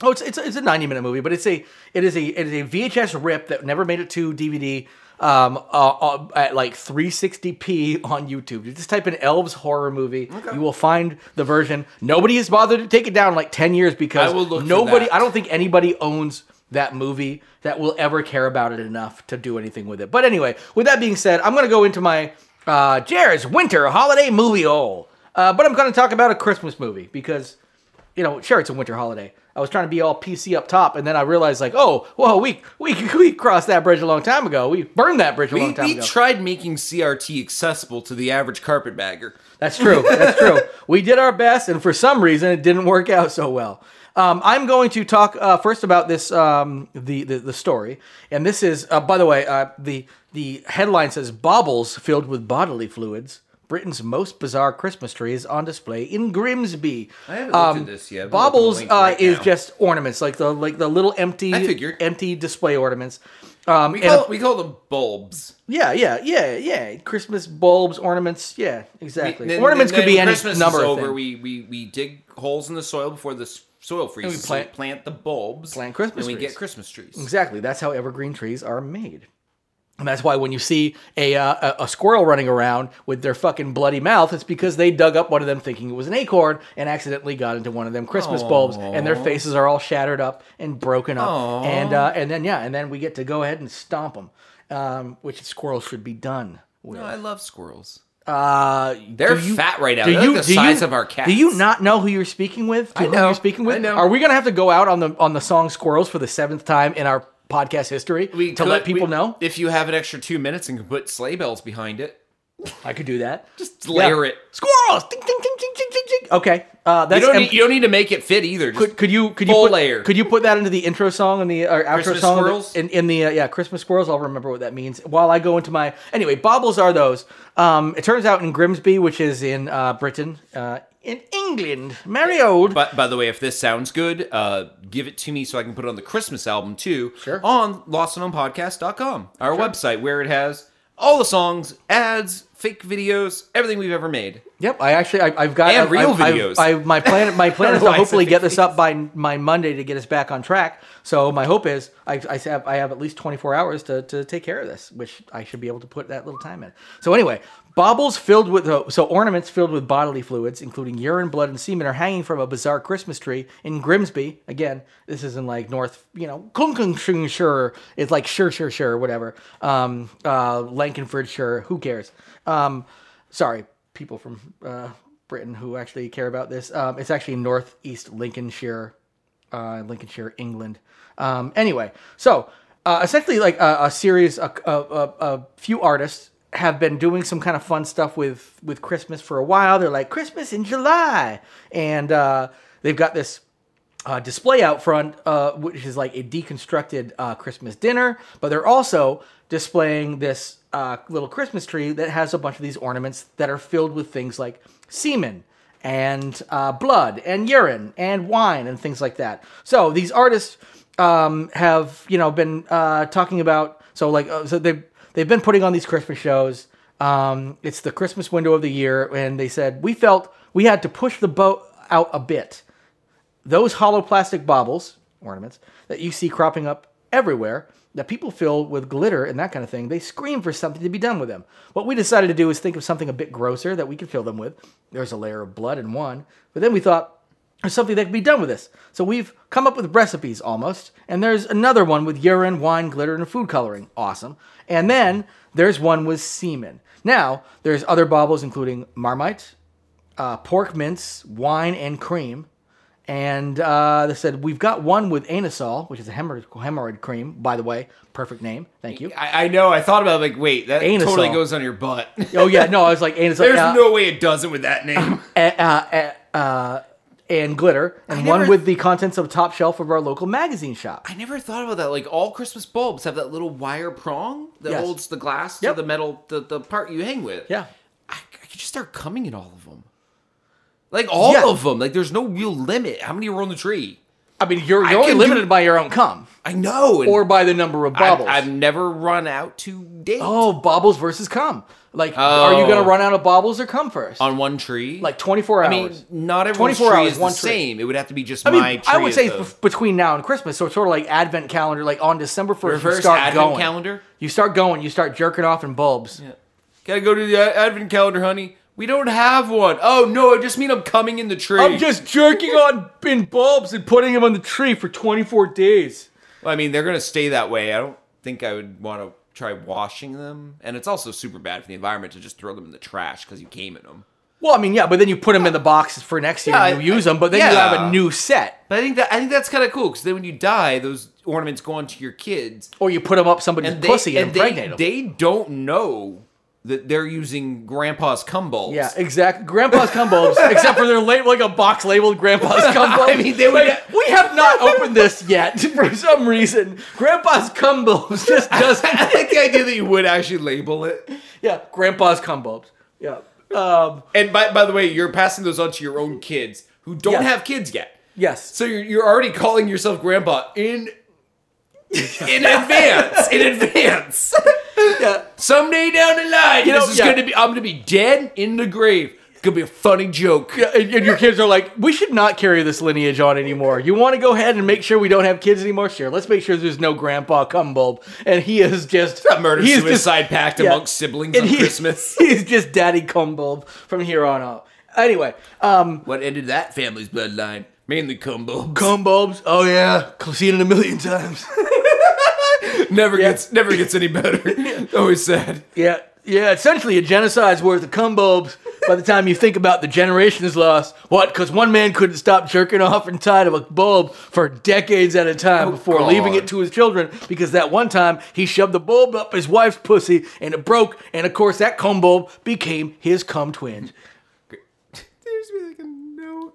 oh, it's it's it's a 90 minute movie, but it's a it is a it is a VHS rip that never made it to DVD. Um, uh, uh, at like 360p on YouTube. You just type in Elves horror movie. You will find the version. Nobody has bothered to take it down in like 10 years because
I will look for
nobody
that.
i don't think anybody owns that movie that will ever care about it enough to do anything with it but anyway with that being said i'm going to go into my uh, jared's winter holiday movie hole uh, but i'm going to talk about a christmas movie because you know sure it's a winter holiday i was trying to be all pc up top and then i realized like oh whoa we we, we crossed that bridge a long time ago we burned that bridge a
We,
long time
we
ago
tried making CRT accessible to the average carpetbagger.
That's true. That's true. we did our best, and for some reason, it didn't work out so well. Um, I'm going to talk uh, first about this um, the, the the story, and this is uh, by the way uh, the the headline says baubles filled with bodily fluids. Britain's most bizarre Christmas tree is on display in Grimsby. I
haven't looked at this yet, but I'm looking at
Baubles
the link
uh,
right
is
now.
just ornaments, like the like the little empty
I figured.
empty display ornaments. Um,
We
and
call, we call them bulbs.
yeah, yeah, yeah, yeah. Christmas bulbs, ornaments. Yeah, exactly.
Then-
ornaments
then-
could be
then
any
Christmas
number
is
of
over.
things.
We, we we dig holes in the soil before the s- soil freezes.
we
So
plant-
we plant the bulbs.
plant Christmas
and we
trees.
get Christmas trees.
Exactly. That's how evergreen trees are made. And that's why when you see a, uh, a a squirrel running around with their fucking bloody mouth, it's because they dug up one of them thinking it was an acorn and accidentally got into one of them Christmas bulbs, and their faces are all shattered up and broken up. And uh, and then yeah, and then we get to go ahead and stomp them, um, which squirrels should be done. With.
No, I love squirrels.
Uh,
They're
do you-
fat right now.
do
They're
you-
like the
do you-
size of our cats.
Do you not know who you're speaking with? Do you
I know.
Who you're speaking with.
I know.
Are we gonna have to go out on the on the song "Squirrels" for the seventh time in our podcast history
We
to
could-
let people
we-
know?
if you have an extra two minutes and can put sleigh bells behind it.
I could do that. Just
Layer it.
Squirrels. Ding, ding, ding, ding, ding, ding, ding. Okay. Uh,
You
that's
don't,
and
need, you don't need to make it fit either. Just
could, could you could you
full
put,
layer.
could you put that into the intro song and the or outro
Christmas
song
squirrels?
in, in the uh, yeah Christmas squirrels? I'll remember what that means while I go into my anyway. Baubles are those. Um, it turns out in Grimsby, which is in uh, Britain, uh, in England, merry old
But by the way, if this sounds good, uh, give it to me so I can put it on the Christmas album too.
Sure.
On lostandonpodcast.com, our website where it has all the songs, ads, fake videos, everything we've ever made.
Yep, I actually I, I've got
And
I've-
real
I've- I've-
videos.
I, my plan my plan is
Otherwise,
to
I
hopefully
think
get this up by my Monday to get us back on track. So my hope is I, I have I have at least 24 hours to, to take care of this, which I should be able to put that little time in. So anyway, baubles filled with oh, so ornaments filled with bodily fluids, including urine, blood, and semen, are hanging from a bizarre Christmas tree in Grimsby. Again, this is in like North, you know, Clunkingshire. It's like sure, sure, sure, whatever. Um, uh, Lankenfordshire. Who cares? Um, sorry, people from uh, Britain who actually care about this. Um, it's actually northeast Lincolnshire, uh, Lincolnshire, England. Um, anyway, so uh, essentially, like a, a series, a, a, a, a few artists have been doing some kind of fun stuff with with Christmas for a while. They're like Christmas in July, and uh, they've got this uh, display out front, uh, which is like a deconstructed uh, Christmas dinner, but they're also displaying this uh, little Christmas tree that has a bunch of these ornaments that are filled with things like semen and uh, blood and urine and wine and things like that. So these artists um, have you know been uh, talking about so like uh, so they they've been putting on these Christmas shows Um, it's the Christmas window of the year, and they said we felt we had to push the boat out a bit. Those hollow plastic baubles, ornaments, that you see cropping up everywhere, that people fill with glitter and that kind of thing, they scream for something to be done with them. What we decided to do is think of something a bit grosser that we could fill them with. There's a layer of blood in one, but then we thought there's something that can be done with this. So we've come up with recipes almost, and there's another one with urine, wine, glitter, and food coloring. Awesome. And then there's one with semen. Now there's other baubles including marmite, uh, pork mince, wine, and cream. And uh, they said we've got one with anisol, which is a hemorrhoid, hemorrhoid cream. By the way, perfect name. Thank you.
I, I know. I thought about it, like, wait, that
Anus
totally
all.
goes on your butt.
Oh yeah, no, I was like anisol.
There's
yeah.
no way it doesn't with that name.
uh, uh, uh, uh, and glitter, and one
never-
with the contents of top shelf of our local magazine shop.
I never thought about that. Like all Christmas bulbs have that little wire prong that
Yes.
holds the glass
Yep.
to the metal, the, the part you hang with.
Yeah.
I, I could just start coming in all of them. Like all
Yeah.
of them. Like there's no real limit. How many are on the tree?
I mean, you're,
I
you're only
can do-
limited by your own cum
I know. and
or by the number of
I've,
bobbles.
I've never run out to date
oh, bobbles versus cum. Like, are you
Oh.
going to run out of bobbles or cum first?
on one tree.
like 24
I
hours.
mean, not everyone's
24
tree
hours,
is
one
the
tree.
same. It would have to be just
I mean,
my tree.
I would
is
say
the-
it's bef- between now and Christmas, so it's sort of like Advent calendar. Like on December first, you
Reverse
start
advent
going.
calendar?
You start going. You start jerking off in bulbs.
Gotta go to the a- advent calendar, honey. We don't have one. Oh no, I just mean I'm coming in the tree.
I'm just jerking on in bulbs and putting them on the tree for 24 days.
Well, I mean, they're gonna stay that way. I don't think I would want to try washing them, and it's also super bad for the environment to just throw them in the trash because you came in them.
Well, I mean, yeah, but then you put them in the boxes for next year
Yeah,
and you
I-
use them, but then you
yeah.
have a new set.
But I think that I think that's kind of cool because then when you die, those ornaments go on to your kids,
Or you put them up somebody's
and they
pussy and,
and
impregnate
they,
'em.
they don't know that they're using Grandpa's cum bulbs.
yeah, exactly. Grandpa's cum bulbs, except for they're lab- like a box labeled Grandpa's cum bulbs.
I mean, they would-
Like, we have not opened this yet for some reason. Grandpa's cum bulbs just doesn't.
I like the idea that you would actually label it.
Yeah, grandpa's cum bulbs. Yeah. Um,
And by, by the way, you're passing those on to your own kids who don't
Yeah.
have kids yet.
yes.
So you're, you're already calling yourself grandpa in in advance. In advance.
yeah.
Someday down the line,
You know,
this is
yeah.
gonna be I'm gonna be dead in the grave. It's gonna be a funny joke.
Yeah, and, and your kids are like, we should not carry this lineage on anymore. You want to go ahead and make sure we don't have kids anymore? Sure. Let's make sure there's no grandpa cum bulb. And he is just
A murder
he's
suicide
just-
pact
yeah.
amongst siblings
And
on
he-
Christmas.
He's just daddy cum bulb from here on out. Anyway, um,
What ended that family's bloodline? Mainly Cumbo.
cum bulbs. Oh yeah, seen it a million times.
Never gets never gets any better. Always sad.
yeah, yeah. Essentially, a genocide's worth of cum bulbs. By the time you think about the generations lost, what? Because one man couldn't stop jerking off inside of a bulb for decades at a time before
God.
leaving it to his children. Because that one time he shoved the bulb up his wife's pussy and it broke, and of course that cum bulb became his cum twins.
There's me like a note.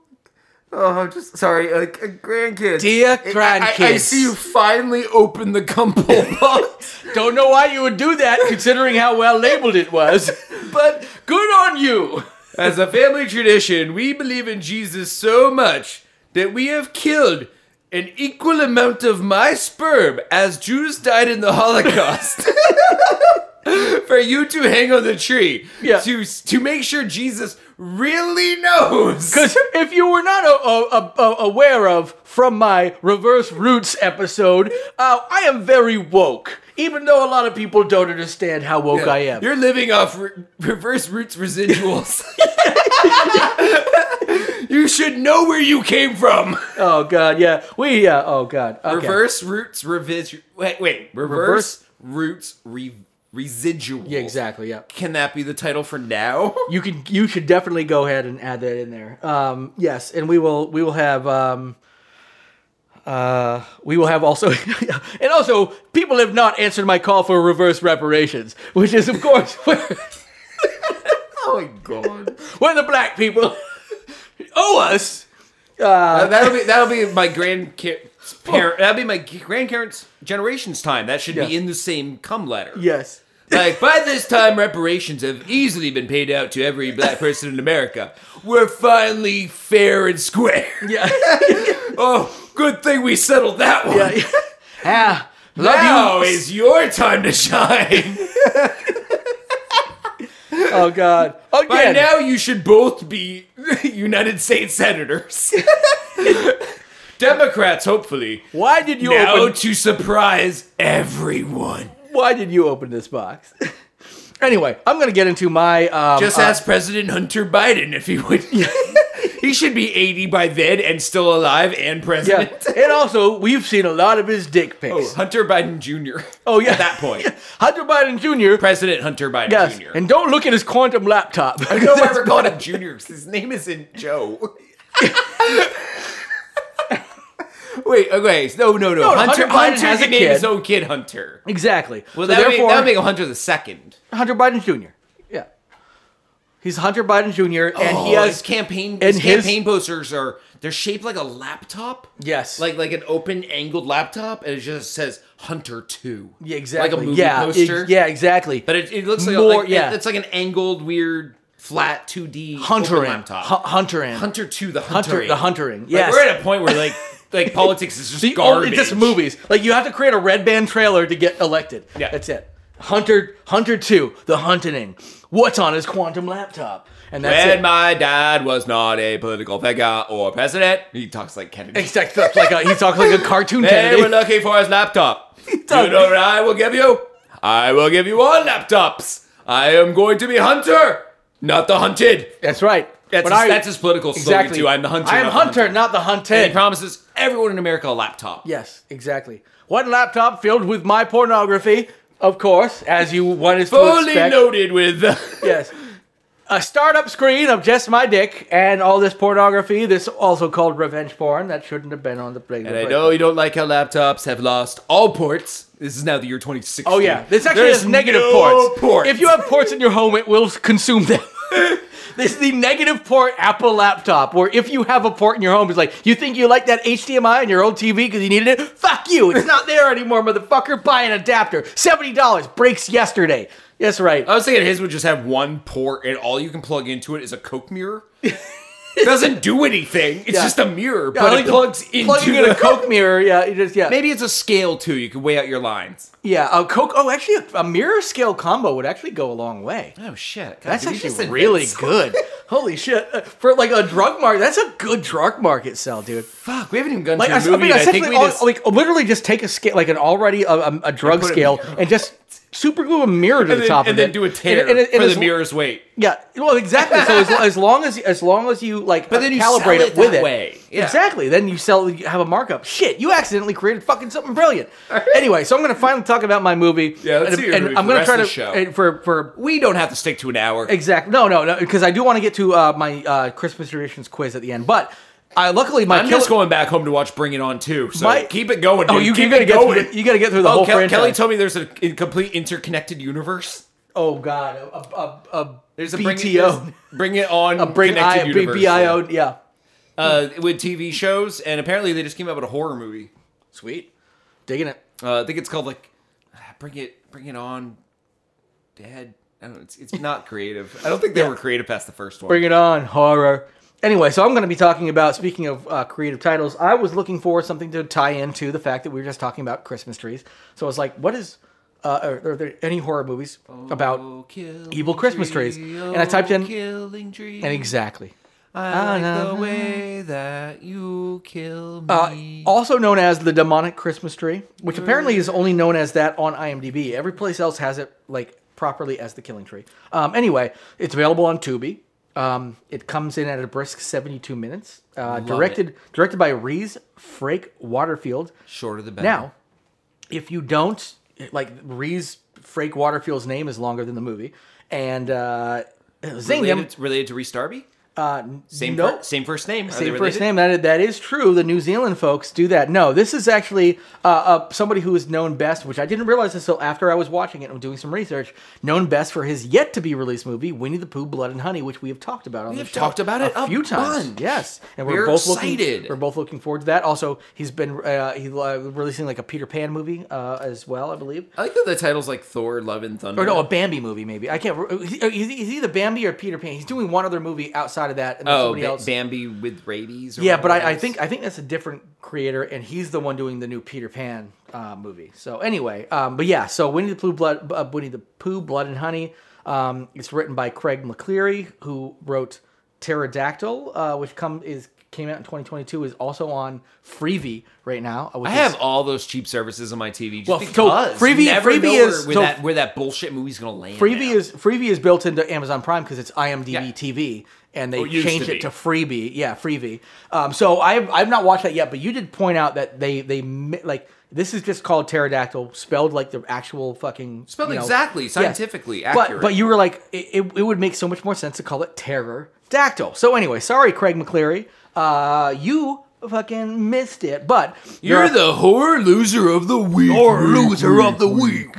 Oh, I'm just sorry. Like a grandkid.
Dear
I, I- I see you
grandkids.
finally open the Cumbo box.
Don't know why you would do that, considering how well labeled it was. But good on you.
As a family tradition, we believe in Jesus so much that we have killed an equal amount of my sperm as Jews died in the Holocaust. For you to hang on the tree,
Yeah.
to to make sure Jesus really knows.
Because if you were not a, a, a, aware of from my Reverse Roots episode, uh, I am very woke, even though a lot of people don't understand how woke I am.
You're living off re- reverse roots residuals. you should know where you came from.
oh god, yeah, we yeah. Oh god, okay.
Reverse roots revis. Wait, wait. Reverse, roots re- residuals.
Yeah, exactly. Yeah,
Can that be the title for now?
you can. You should definitely go ahead and add that in there. Um, yes, and we will. We will have. Um, uh, we will have also, and also, people have not answered my call for reverse reparations, which is of course where.
Oh my god.
We're the black people. owe us.
Uh, that'll be that'll be my grand
Oh.
parent. That'll be my grandparents' generation's time. That should be
Yeah.
in the same cum letter.
Yes.
Like, by this time, reparations have easily been paid out to every black person in America. We're finally fair and square.
Yeah.
Oh, good thing we settled that one.
yeah. Ah, love
Now
you.
is your time to shine.
Oh God! Again,
By now, you should both be United States senators. Democrats, hopefully.
why did you
now
open?
to surprise everyone.
why did you open this box? anyway, I'm gonna get into my. Um,
Just
uh,
ask President Hunter Biden if he would. he should be 80 by then and still alive and
yeah.
president.
and also, we've seen a lot of his dick
Oh,
pics.
Hunter Biden Jr.
Oh, yeah.
At that point.
Hunter Biden Jr.
President Hunter Biden
yes,
Jr.
and don't look at his quantum laptop.
I don't know why we're calling him Jr. 'cause His name isn't Joe. Wait, okay. so- No, no, no.
No,
Hunter,
Hunter Biden
Hunter
has
can
a
name
kid.
his own kid Hunter.
exactly.
Well,
so
that would
therefore,
make, make Hunter the second.
Hunter Biden Jr. Yeah, he's Hunter Biden Jr. and he has
Oh, his campaign
and
his
his-
campaign posters are they're shaped like a laptop.
Yes.
Like like an open angled laptop and it just says Hunter 2.
Yeah, exactly.
Like a movie
yeah, ex-
poster.
yeah, exactly.
But it, it looks like, a,
More-
like
yeah.
it- it's like an angled weird flat 2D
Hunter
open
in,
laptop.
Hu- Hunter in,
Hunter 2 the Hunter.
Hunter, the Huntering. Yes,
Like, we're at a point where like like politics is just
the
garbage.
Only, oh, just movies. Like you have to create a red band trailer to get elected.
Yeah.
that's it. Hunter, Hunter Two, The Hunting. What's on his quantum laptop? And that's
When
it.
my dad was not a political figure or president, he talks like Kennedy.
Except that's like a, he talks like a cartoon
They were
Kennedy.
looking for his laptop. You
does.
know what I will give you? I will give you all laptops. I am going to be hunter, not the hunted.
That's right.
That's,
But
his,
I-
that's his political slogan
exactly.
too. I'm the hunter.
I am
not the
Hunter, not the
And he
hunted.
promises everyone in America a laptop.
yes, exactly. One laptop filled with my pornography, of course, as you wanted to
Fully
expect.
loaded with.
yes. A startup screen of just my dick and all this pornography. This also called revenge porn. That shouldn't have been on the plate.
And I know you don't like how laptops have lost all ports. This is now the year 2016.
Oh yeah, this actually
There's
has negative
no
ports.
port.
If you have ports in your home, it will consume them. this is the negative port Apple laptop, where if you have a port in your home, it's like you think you like that HDMI in your old TV because you needed it. Fuck you, it's not there anymore, motherfucker. Buy an adapter. Seventy dollars breaks yesterday. That's right.
I was thinking his would just have one port and all you can plug into it is a Coke mirror. it doesn't do anything. It's
Yeah.
just a mirror,
Yeah,
but
like
it
the-
plugs into
Plugging in a Coke mirror, yeah, you just yeah,
Maybe it's a scale too. You can weigh out your lines.
yeah. A Coke. Oh, actually, a, a mirror scale combo would actually go a long way.
Oh shit. God,
That's
did we just
actually
invent
really
something?
good. Holy shit! Uh, For like a drug market, that's a good drug market sell, dude.
Fuck, we haven't even gone
Like,
to
I,
a
I
movie.
mean,
and I think
essentially,
we
all-
just
like literally, just take a scale, like an already a, a, a drug
put a
scale,
mirror
and just super glue a mirror
and
to the
then,
top
and
of
then
it,
do a tear
And- and it- and
for
as-
the mirror's weight.
Yeah, well, exactly. So as, as long as as long as you like,
But then you
calibrate
sell it
with
that
it,
way. Yeah.
exactly. Then you sell, you have a markup. Shit, you accidentally created fucking something brilliant. anyway, so I'm gonna finally talk about my movie.
Yeah, let's
and,
hear your
and
movie
I'm
for the
gonna
rest
try
of
to
the show.
and for for
We don't have to stick to an hour.
Exactly. No, no, no. Because I do want to get to uh, my uh, Christmas traditions quiz at the end, but I luckily my
I'm
killer-
just going back home to watch Bring It On too. So
My-
keep it going.
Oh,
dude.
you,
keep
you gotta
it
get
going.
through the, you gotta get through the
oh,
whole
Kel-
franchise.
Kelly told me there's a complete interconnected universe.
oh God, a, a, a, a
There's a bring
BTO,
It, bring it on.
a bring I,
connected
a
universe.
BBIO. Yeah,
uh, with TV shows, and apparently they just came out with a horror movie.
sweet, digging it.
Uh, I think it's called like ah, Bring It Bring It On Dead. I don't know, it's, it's not creative. I don't think they were creative past the first one.
Bring it on, horror. Anyway, so I'm going to be talking about, speaking of uh, creative titles, I was looking for something to tie into the fact that we were just talking about Christmas trees. So I was like, what is, uh, are, are there any horror movies about
Oh, killing
evil Christmas trees?
tree,
And I typed in-
oh, killing tree.
And exactly. Ah,
I like the
know.
way that you kill
Uh,
me.
also known as the demonic Christmas tree, which apparently is only known as that on IMDb. Every place else has it like properly as the Killing Tree. Um, anyway, it's available on Tubi. Um, it comes in at a brisk 72 minutes. Uh, directed directed by Reese Frake Waterfield.
Shorter the better.
Now, if you don't like Reese Frake Waterfield's name is longer than the movie, and uh, Zingham,
related, related to Reese Darby.
uh,
Same
no,
fir- same first name. Are they
same first
related?
name. That that is true. The New Zealand folks do that. No, this is actually uh, uh, somebody who is known best, which I didn't realize this until after I was watching it and doing some research. Known best for his yet to be released movie, Winnie the Pooh: Blood and Honey, which we have talked about on the
have talked about it a
a few times.
bunch.
Yes, and we're,
We're
both
excited.
looking. We're both looking forward to that. Also, he's been uh, he's uh, releasing like a Peter Pan movie uh, as well, I believe.
I like that the title's like Thor, Love and Thunder.
Or Oh, no, a Bambi movie maybe. I can't. re- Is he, is he either Bambi or Peter Pan? He's doing one other movie outside of that. And there's
oh,
somebody
Ba-
else.
Bambi with rabies. Or
Yeah, but
whatever
I, I
it is.
think I think that's a different creator, and he's the one doing the new Peter Pan uh, movie. So anyway, um, but yeah, so Winnie the Pooh, blood, uh, Winnie the Pooh, Blood and Honey. Um, it's written by Craig McCleary, who wrote Pterodactyl, uh, which come is came out in 2022, is also on Freevee right now. uh, which
I
is-
have all those cheap services on my TV just
Well, so
because. You
Freevee-
never
Freevee
know where-
is-
where,
so-
that, where that bullshit movie's gonna land.
Freebie
now.
is Freebie is built into Amazon Prime because it's IMDb
Yeah. Oh,
TV, and they
Well, it used
changed
to
it
be.
to Freebie. Yeah, Freebie. Um, so I've I've not watched that yet, but you did point out that they they mi- like this is just called pterodactyl, spelled like the actual fucking
Spelled
you know-
exactly,
Yes.
scientifically accurate.
But but you were like it, it, it would make so much more sense to call it terror dactyl. So anyway, sorry Craig McCleary, uh, you fucking missed it, but
You're the horror loser of the week.
horror loser of the week.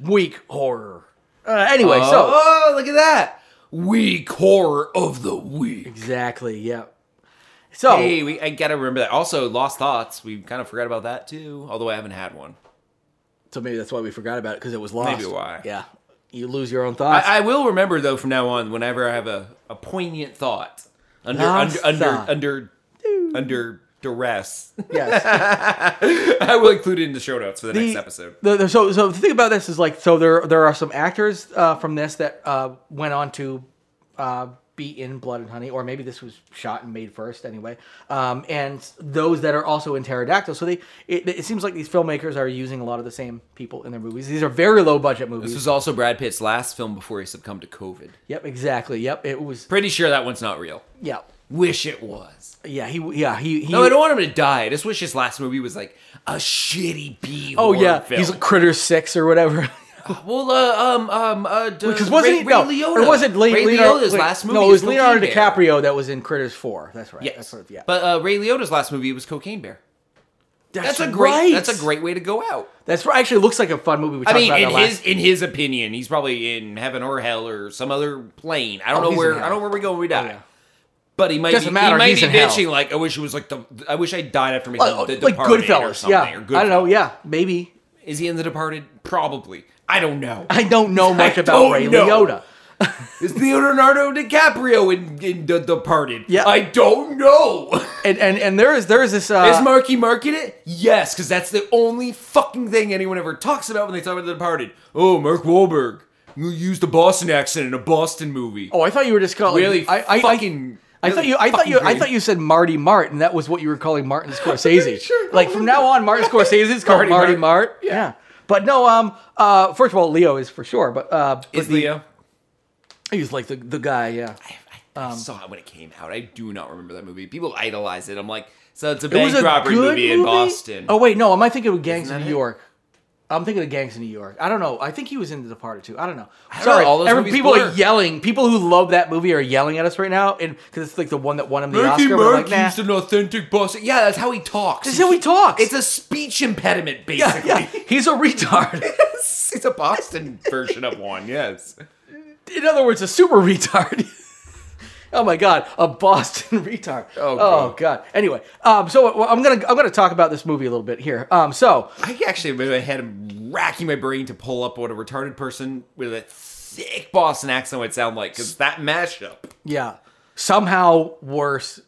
Week horror. Uh, anyway, so
oh, look at that. Week horror of the week.
Exactly. Yeah. So
Hey, we, I gotta remember that. Also, Lost Thoughts. We kind of forgot about that too. Although I haven't had one.
so maybe that's why we forgot about it because it was lost.
Maybe why.
Yeah. You lose your own thoughts.
I, I will remember though from now on. Whenever I have a, a poignant thought under
Lost
under, under
thought.
under under duress,
yes.
I will include it in the show notes for the, next
The-
episode.
the- the- so so the thing about this is like so there there are some actors uh, from this that uh, went on to uh, be in Blood and Honey, or maybe this was shot and made first anyway. Um, and those that are also in Pterodactyl. So they it, it seems like these filmmakers are using a lot of the same people in their movies. These are very low budget movies.
This was also Brad Pitt's last film before he succumbed to COVID.
yep. Exactly. Yep. It was.
Pretty sure that one's not real.
Yeah.
Wish it was.
Yeah. He. Yeah. He. he
No, I don't want him to die. I just wish his last movie was like a shitty B.
Oh yeah,
film.
he's like Critter Six or whatever.
Well, uh, um, um, uh,
Because wasn't
Ray,
he
Ray
no?
Liotta.
Or was it Le-
Ray
Leonardo-
Liotta's
wait,
last movie?
No, it
is
was Leonardo
Cocaine Bear.
DiCaprio that was in Critters Four. That's right.
Yes,
That's sort of, yeah.
But uh, Ray Liotta's last movie was Cocaine Bear. That's, a great.
right.
That's a great way to go out.
That's right. Actually, it looks like a fun movie. We
I
talked
mean,
about
in
that last-
his in his opinion, he's probably in heaven or hell or some other plane. I don't
Oh,
know
he's
where.
in hell.
I don't know where we go when we die.
yeah.
But he might
Doesn't
be,
matter,
He might
he's
be
in hell.
bitching like, I wish it was like the. I wish I died after making
Oh,
the
like
Departed or
Goodfellas.
something. Or
Yeah. I don't know.
Goodfellas.
Yeah, maybe.
Is he in the Departed? Probably. I don't know.
I don't know much about
don't
Ray
know.
Liotta.
Is Leonardo DiCaprio in, in The Departed?
Yeah.
I don't know.
And and and there is there is this. Uh,
Is Marky Mark in it? Yes, because that's the only fucking thing anyone ever talks about when they talk about The Departed. Oh, Mark Wahlberg. You used a Boston accent in a Boston movie.
oh, I thought you were just calling.
Really
I, I, I-
fucking-
I thought
really
you. I thought you. I
fucking
thought you said Marty Mart, and that was what you were calling Martin Scorsese.
Sure.
Like from now on, Martin Scorsese is called
Marty
Marty,
Mart.
Mart. Yeah. But no. Um. Uh. First of all, Leo is for sure. But uh. but
Is
the-
Leo?
He was like the, the guy, yeah.
I, I saw it when it came out. I do not remember that movie. People idolize it. I'm like, so it's a
It
bank robbery movie, in Boston.
Oh wait, no, am I thinking of Gangs
Isn't
in
that
New
it?
York? I'm thinking of Gangs in New York. I don't know. I think he was in The Departed too. I don't know.
don't
Sorry,
know, all those
Every-
movies
people
blur.
are yelling. People who love that movie are yelling at us right now, and because it's like the one that won him the Oscar. We're like, nah.
an authentic Boston. Yeah, that's how he talks.
This is how he talks.
It's a speech impediment,
yeah,
basically.
yeah. He's a retard.
it's a Boston version of one. Yes.
in other words, a super retard. oh my god, a Boston retard.
Oh,
god. Anyway, um, so well, I'm gonna I'm gonna talk about this movie a little bit here. Um, so
I actually I had him racking my brain to pull up what a retarded person with a thick Boston accent would sound like because that mashup.
yeah, somehow worse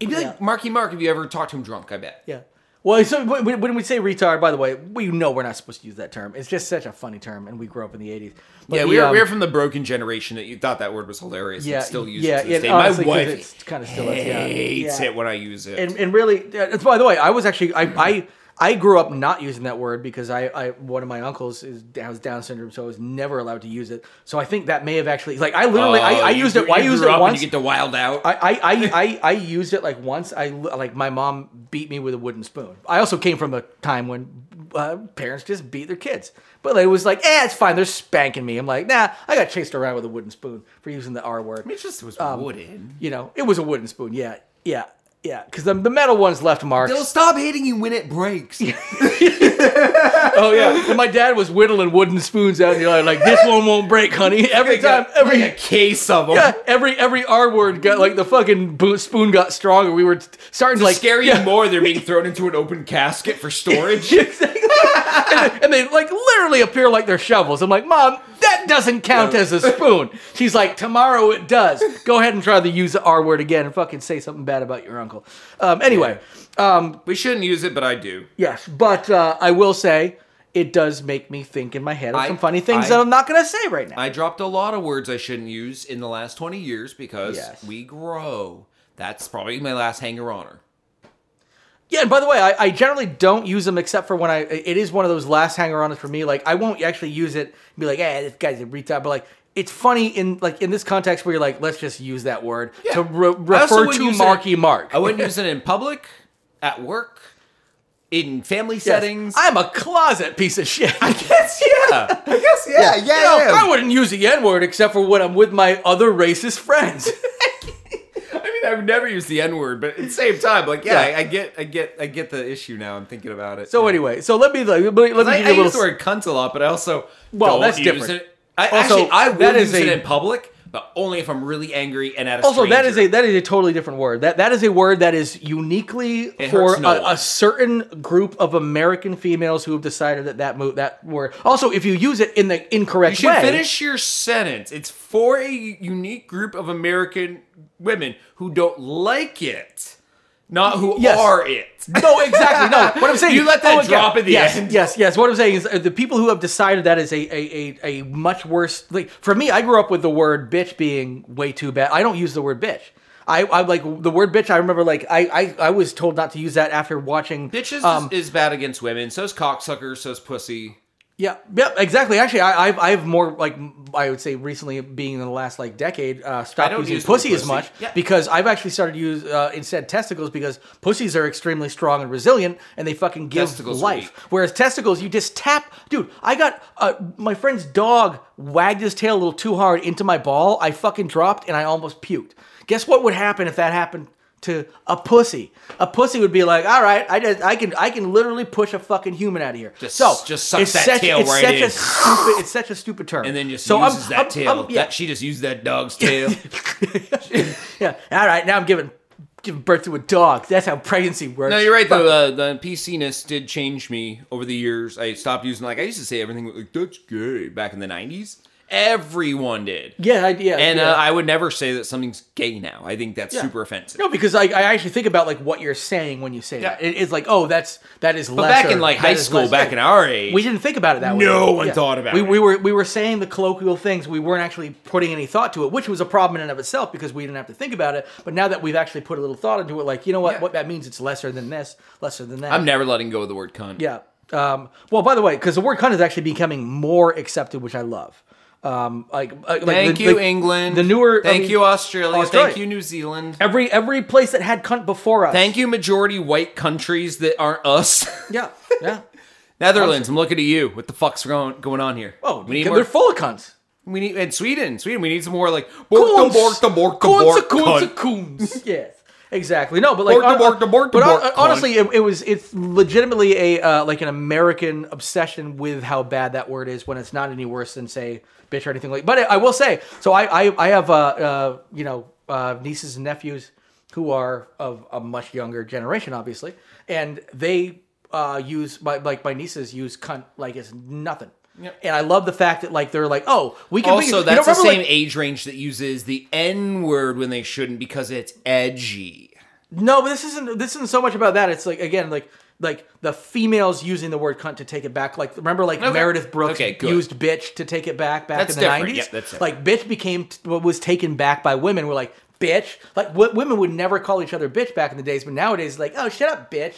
He'd be
Yeah.
like Marky Mark if you ever talked to him drunk. I bet.
Yeah. Well, so when when we say retard, by the way, we know we're not supposed to use that term. It's just such a funny term, and we grew up in the '80s. But
Yeah,
the,
we are,
um,
we are from the broken generation that you thought that word was hilarious and still use it to this
and
day. My
honestly, 'cause
wife
it's kind of still is, yeah.
hates
Yeah.
it when I use it.
And and really, it's, by the way, I was actually I I. I grew up not using that word because I, I one of my uncles is has Down syndrome, so I was never allowed to use it. So I think that may have actually like I literally
Oh,
I, I
you
used
grew-
it. Well, I
you
used
grew
it
up
once.
And you get to wild out.
I, I, I, I, I used it like once. I like my mom beat me with a wooden spoon. I also came from a time when uh, parents just beat their kids, but it was like, eh, it's fine. They're spanking me. I'm like, nah. I got chased around with a wooden spoon for using the R word.
it just was
Um,
wooden.
You know, it was a wooden spoon. Yeah, yeah, yeah. Because the, the metal ones left marks.
They'll stop hating you when it breaks.
oh yeah. And my dad was whittling wooden spoons out in the yard, like this one won't break, honey. Every time, every
like a case of them.
Yeah, every every R word got like the fucking bo- spoon got stronger. We were t- starting to
Like,
like
scary
yeah.
more, they're being thrown into an open casket for storage.
Exactly. and, they, and they like literally appear like they're shovels. I'm like, Mom, that doesn't count as a spoon. She's like, Tomorrow it does. Go ahead and try to use the R word again and fucking say something bad about your uncle. Um, anyway,
We shouldn't use it, but I do.
yes, but uh, I will say it does make me think in my head of
I-
some funny things
I-
that I'm not going to say right now.
I dropped a lot of words I shouldn't use in the last 20 years because
Yes.
we grow. That's probably my last hanger oner.
yeah, and by the way, I, I generally don't use them except for when I. It is one of those last hanger ons for me. Like I won't actually use it. And be like, eh, this guy's a retard. But like, it's funny in like in this context where you're like, let's just use that word to re-
I also
refer
wouldn't
to
use it-
Marky Mark.
I wouldn't use it in public, at work, in family settings.
I'm a closet piece of shit. I
guess, yeah. I guess,
Yeah, yeah,
You know,
yeah.
I wouldn't use the N word except for when I'm with my other racist friends.
I mean, I've never used the N word, but at the same time, like, yeah,
Yeah.
I, I get, I get, I get the issue now. I'm thinking about it.
so
Yeah.
anyway, so let me let me, let me
I,
give
I
you a little.
use the word cunt a lot, but I also
Well,
don't
that's
use
different.
It. I,
Also,
actually, I
that
will
is
use it
a-
in public, but only if I'm really angry and at a
also, that
stranger.
is a that is a totally different word. That that is a word that is uniquely
It
for
hurts no
a,
one.
a certain group of American females who have decided that that move that word. Also, if you use it in the
You
incorrect
should
way,
finish your sentence. It's for a unique group of American women who don't like it, not who
Yes.
are it.
No, exactly. No, what I'm saying.
You let that
again,
drop at the
yes,
end.
Yes, yes. What I'm saying is uh, the people who have decided that is a a, a a much worse. Like for me, I grew up with the word bitch being way too bad. I don't use the word bitch. I, I like the word bitch. I remember like I, I I was told not to use that after watching
Bitches
um,
is, is bad against women. So's cocksucker. So's pussy.
yeah, yeah, exactly. Actually, I, I've I've more like m- I would say recently, being in the last like decade, uh, stopped
don't
using
use the word
pussy as
pussy.
much
Yeah.
because I've actually started to use uh, instead testicles because pussies are extremely strong and resilient and they fucking give
Testicles are
life.
weak.
Whereas testicles, you just tap. Dude, I got uh, my friend's dog wagged his tail a little too hard into my ball. I fucking dropped and I almost puked. Guess what would happen if that happened? To a pussy, a pussy would be like, "All right, I just, I can, I can literally push a fucking human out of here."
Just-
so
just suck
it's
that
such,
tail
it's
right
such
in.
A stupid, it's such a stupid term.
And then just
so
uses
I'm,
that
I'm-
tail.
I'm- yeah,
That she just used that dog's tail.
yeah. All right, now I'm giving giving birth to a dog. That's how pregnancy works.
no, you're right though. Uh, the PC-ness did change me over the years. I stopped using like I used to say everything like that's gay back in the '90s. Everyone did.
Yeah, I, yeah.
And
yeah.
uh, I would never say that something's gay now. I think that's super offensive.
No, because I, I actually think about like what you're saying when you say
Yeah.
that. It- it's like, oh, that's that is.
But back in like high school, back in our age,
we didn't think about it that way.
No one thought about
we,
it.
We were we were saying the colloquial things. We weren't actually putting any thought to it, which was a problem in and of itself because we didn't have to think about it. But now that we've actually put a little thought into it, like you know what,
Yeah.
what that means, it's lesser than this, lesser than that.
I'm never letting go of the word cunt.
Yeah. Um, well, by the way, because the word cunt is actually becoming more accepted, which I love. Um, like, uh, like
Thank
the-
you,
the-
England.
The newer. I
Thank
mean,
you, Australia.
Australia.
Thank you, New Zealand.
Every every place that had cunt before us.
Thank you, majority white countries that aren't us.
Yeah. Yeah.
Netherlands, I'm looking at you. What the fuck's going going on here?
Oh,
we need
they're
more.
full of cunts.
we need and Sweden, Sweden. We need some more like
Coons.
bork-a-bork-a-bork-a-bork
Coons, coons,
cunt.
coons. Yes. Exactly. No, but like,
Bork,
hon-
bork, bork,
but hon-
bork,
honestly, it, it was it's legitimately a uh, like an American obsession with how bad that word is when it's not any worse than say bitch or anything like. But I will say, so I I, I have uh, uh you know uh, nieces and nephews who are of a much younger generation, obviously, and they uh, use my like my nieces use cunt like it's nothing. And I love the fact that like they're like, oh, we can we
Also,
can- you know,
that's the
remember,
same
like-
age range that uses the N word when they shouldn't because it's edgy.
No, but this isn't this isn't so much about that. It's like again, like like the females using the word cunt to take it back. Like remember, like Meredith Brooks
Okay, good.
used bitch to take it back back
That's
in the
different.
nineties.
Yeah, that's different.
like bitch became t- what was taken back by women. Were like bitch. Like what women would never call each other bitch back in the days, but nowadays like oh shut up bitch.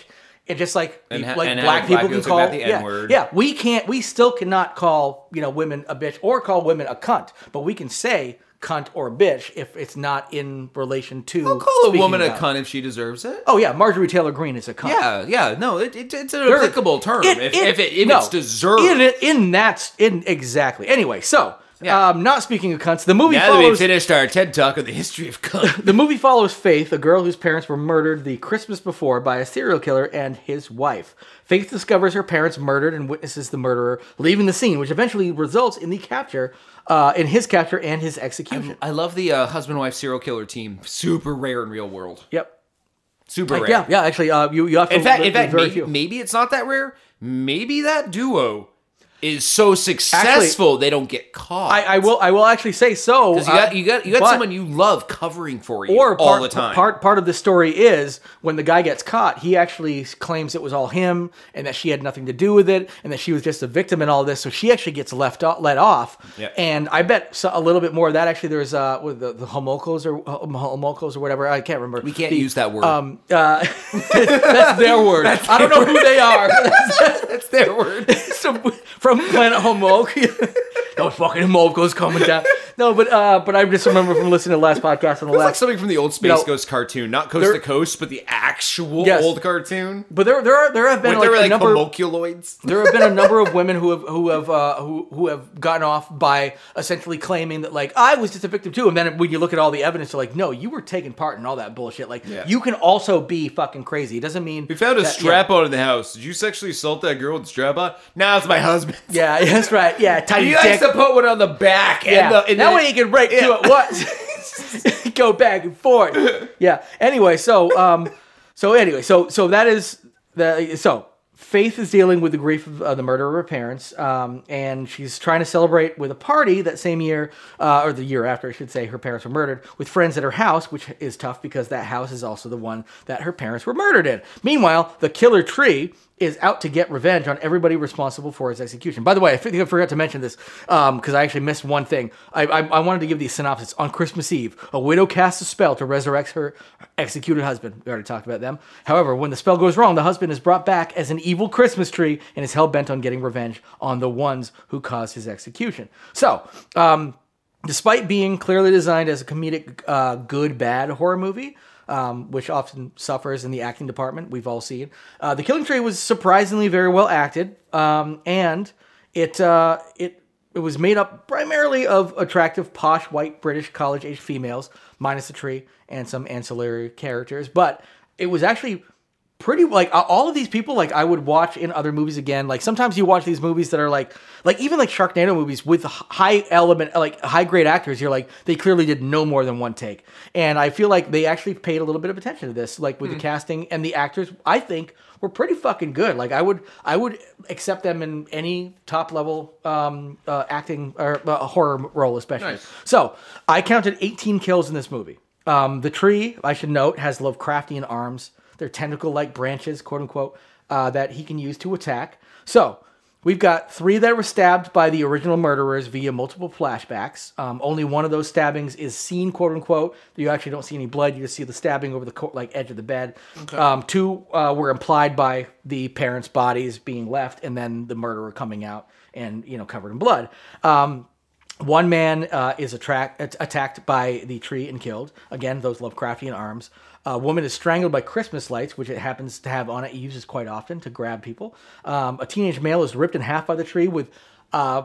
And just like
And ha-
like
and how black
black people can
people
call
talk about the
yeah,
N-word.
yeah we can't we still cannot call you know women a bitch or call women a cunt but we can say cunt or bitch if it's not in relation to
I'll call a
speaking
woman a
about it.
cunt if she deserves it.
Oh yeah, Marjorie Taylor Greene is a cunt.
Yeah, yeah, no, it, it, it's an
They're-
applicable term if, if, it, if
no.
it's deserved.
In, it- in that in exactly. Anyway, so
Yeah.
um, not speaking of cunts, the movie
now that we
follows.
finished our TED talk on the history of cunt,
The movie follows Faith, a girl whose parents were murdered the Christmas before by a serial killer and his wife. Faith discovers her parents murdered and witnesses the murderer leaving the scene, which eventually results in the capture, uh, in his capture and his execution.
I love the uh, husband wife serial killer team. Super rare in real world.
yep.
Super rare.
Yeah, yeah. Actually, uh, you you have to.
In fact,
there's
in fact,
very
maybe,
few.
maybe it's not that rare. Maybe that duo is so successful they don't get caught.
I, I will. I will actually say so.
'Cause you got
uh,
you got you got
but-
someone you love covering for you
or part,
all the time.
Part part of the story is when the guy gets caught, he actually claims it was all him and that she had nothing to do with it and that she was just a victim in all this. So she actually gets left off, let off.
Yeah.
And I bet so, a little bit more of that actually. There's uh with the, the homocos or uh, homocos or whatever. I can't remember.
we can't
The-
use that word.
Um, uh, that's their word. I don't know who they are.
That's their word.
Some- from Planet Homok. Those fucking Homokos coming down. No, but uh, but I just remember from listening to the last podcast on the
It's like
last
something from the old Space
No.
Ghost cartoon, not Coast
There-
to Coast, but the actual
Yes.
old cartoon.
But there, there are there have been
Where
like,
they were like
a number.
homunculoids.
there have been a number of women who have who have uh, who who have gotten off by essentially claiming that like I was just a victim too. And then when you look at all the evidence, you're like, no, you were taking part in all that bullshit. Like
Yeah.
you can also be fucking crazy. It doesn't mean
We found a strap on in the house. Did you sexually assault that girl with the strap on? Nah, it's my husband.
Yeah, yeah, that's right. Yeah, tiny
He
dick.
likes to put one on the back and
yeah.
the and
that
the-
way you can break two at once. Go back and forth. Yeah. Anyway, so um, so anyway, so so that is the so Faith is dealing with the grief of uh, the murder of her parents, um, and she's trying to celebrate with a party that same year, uh, or the year after, I should say, her parents were murdered with friends at her house, which is tough because that house is also the one that her parents were murdered in. Meanwhile, the killer tree is out to get revenge on everybody responsible for his execution. By the way, I think I forgot to mention this because I actually missed one thing. I, I, I wanted to give the synopsis. On Christmas Eve, a widow casts a spell to resurrect her executed husband. We already talked about them. However, when the spell goes wrong, the husband is brought back as an evil Christmas tree and is hell bent on getting revenge on the ones who caused his execution. So, um, despite being clearly designed as a comedic uh, good bad horror movie um, which often suffers in the acting department we've all seen uh, the killing tree was surprisingly very well acted um, and it uh, it it was made up primarily of attractive posh white british college age females minus the tree and some ancillary characters but it was actually pretty like uh, all of these people like I would watch in other movies again. Like sometimes you watch these movies that are like like even like Sharknado movies with h- high element like high grade actors. You're like they clearly did no more than one take, and I feel like they actually paid a little bit of attention to this, like with the casting and the actors. I think were pretty fucking good. Like I would I would accept them in any top level um, uh, acting or uh, horror role, especially.
Nice.
So I counted 18 kills in this movie. Um, the tree, I should note, has Lovecraftian arms. They're tentacle-like branches, quote unquote, uh, that he can use to attack. So we've got three that were stabbed by the original murderers via multiple flashbacks. Um, only one of those stabbings is seen, quote unquote. You actually don't see any blood. You just see the stabbing over the co- like edge of the bed. Um, two uh, were implied by the parents' bodies being left, and then the murderer coming out and you know covered in blood. Um, one man uh, is attract, at- attacked by the tree and killed. Again, those Lovecraftian arms. A woman is strangled by Christmas lights, which it happens to have on it. It uses quite often to grab people. Um, a teenage male is ripped in half by the tree with, uh,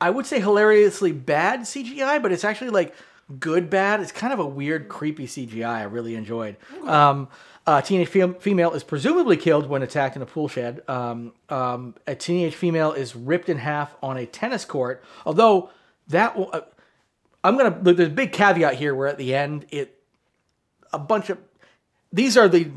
I would say, hilariously bad CGI, but it's actually like good bad. It's kind of a weird, creepy CGI. I really enjoyed. Um, a teenage fem- female is presumably killed when attacked in a pool shed. Um, um, a teenage female is ripped in half on a tennis court, although that will, uh, I'm gonna. look, There's a big caveat here where at the end it a bunch of these are the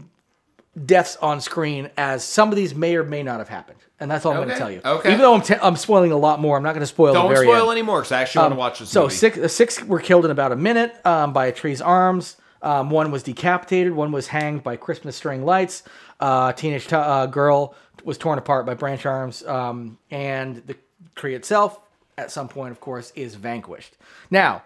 deaths on screen as some of these may or may not have happened, and that's all I'm
Okay,
gonna tell you.
okay.
Even though I'm, t- I'm spoiling a lot more, I'm not gonna spoil. the
Don't
very
spoil
end. Um,
anymore because I actually want to watch this
So
movie.
six uh, six were killed in about a minute um, by a tree's arms. Um, one was decapitated. One was hanged by Christmas string lights. Uh, teenage t- uh, girl was torn apart by branch arms, um, and the tree itself, at some point, of course, is vanquished. Now.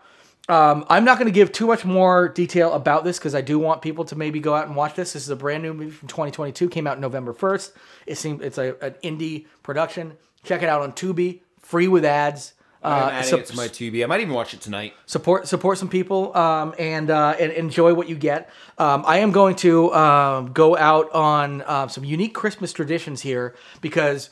Um, I'm not going to give too much more detail about this because I do want people to maybe go out and watch this. This is a brand new movie from 2022, came out November 1st. It seemed it's a, an indie production. Check it out on Tubi, free with ads.
I'm
Uh,
adding
so-
it to my TV. I might even watch it tonight.
support support some people um, and uh, and enjoy what you get. Um, I am going to um, go out on uh, some unique Christmas traditions here because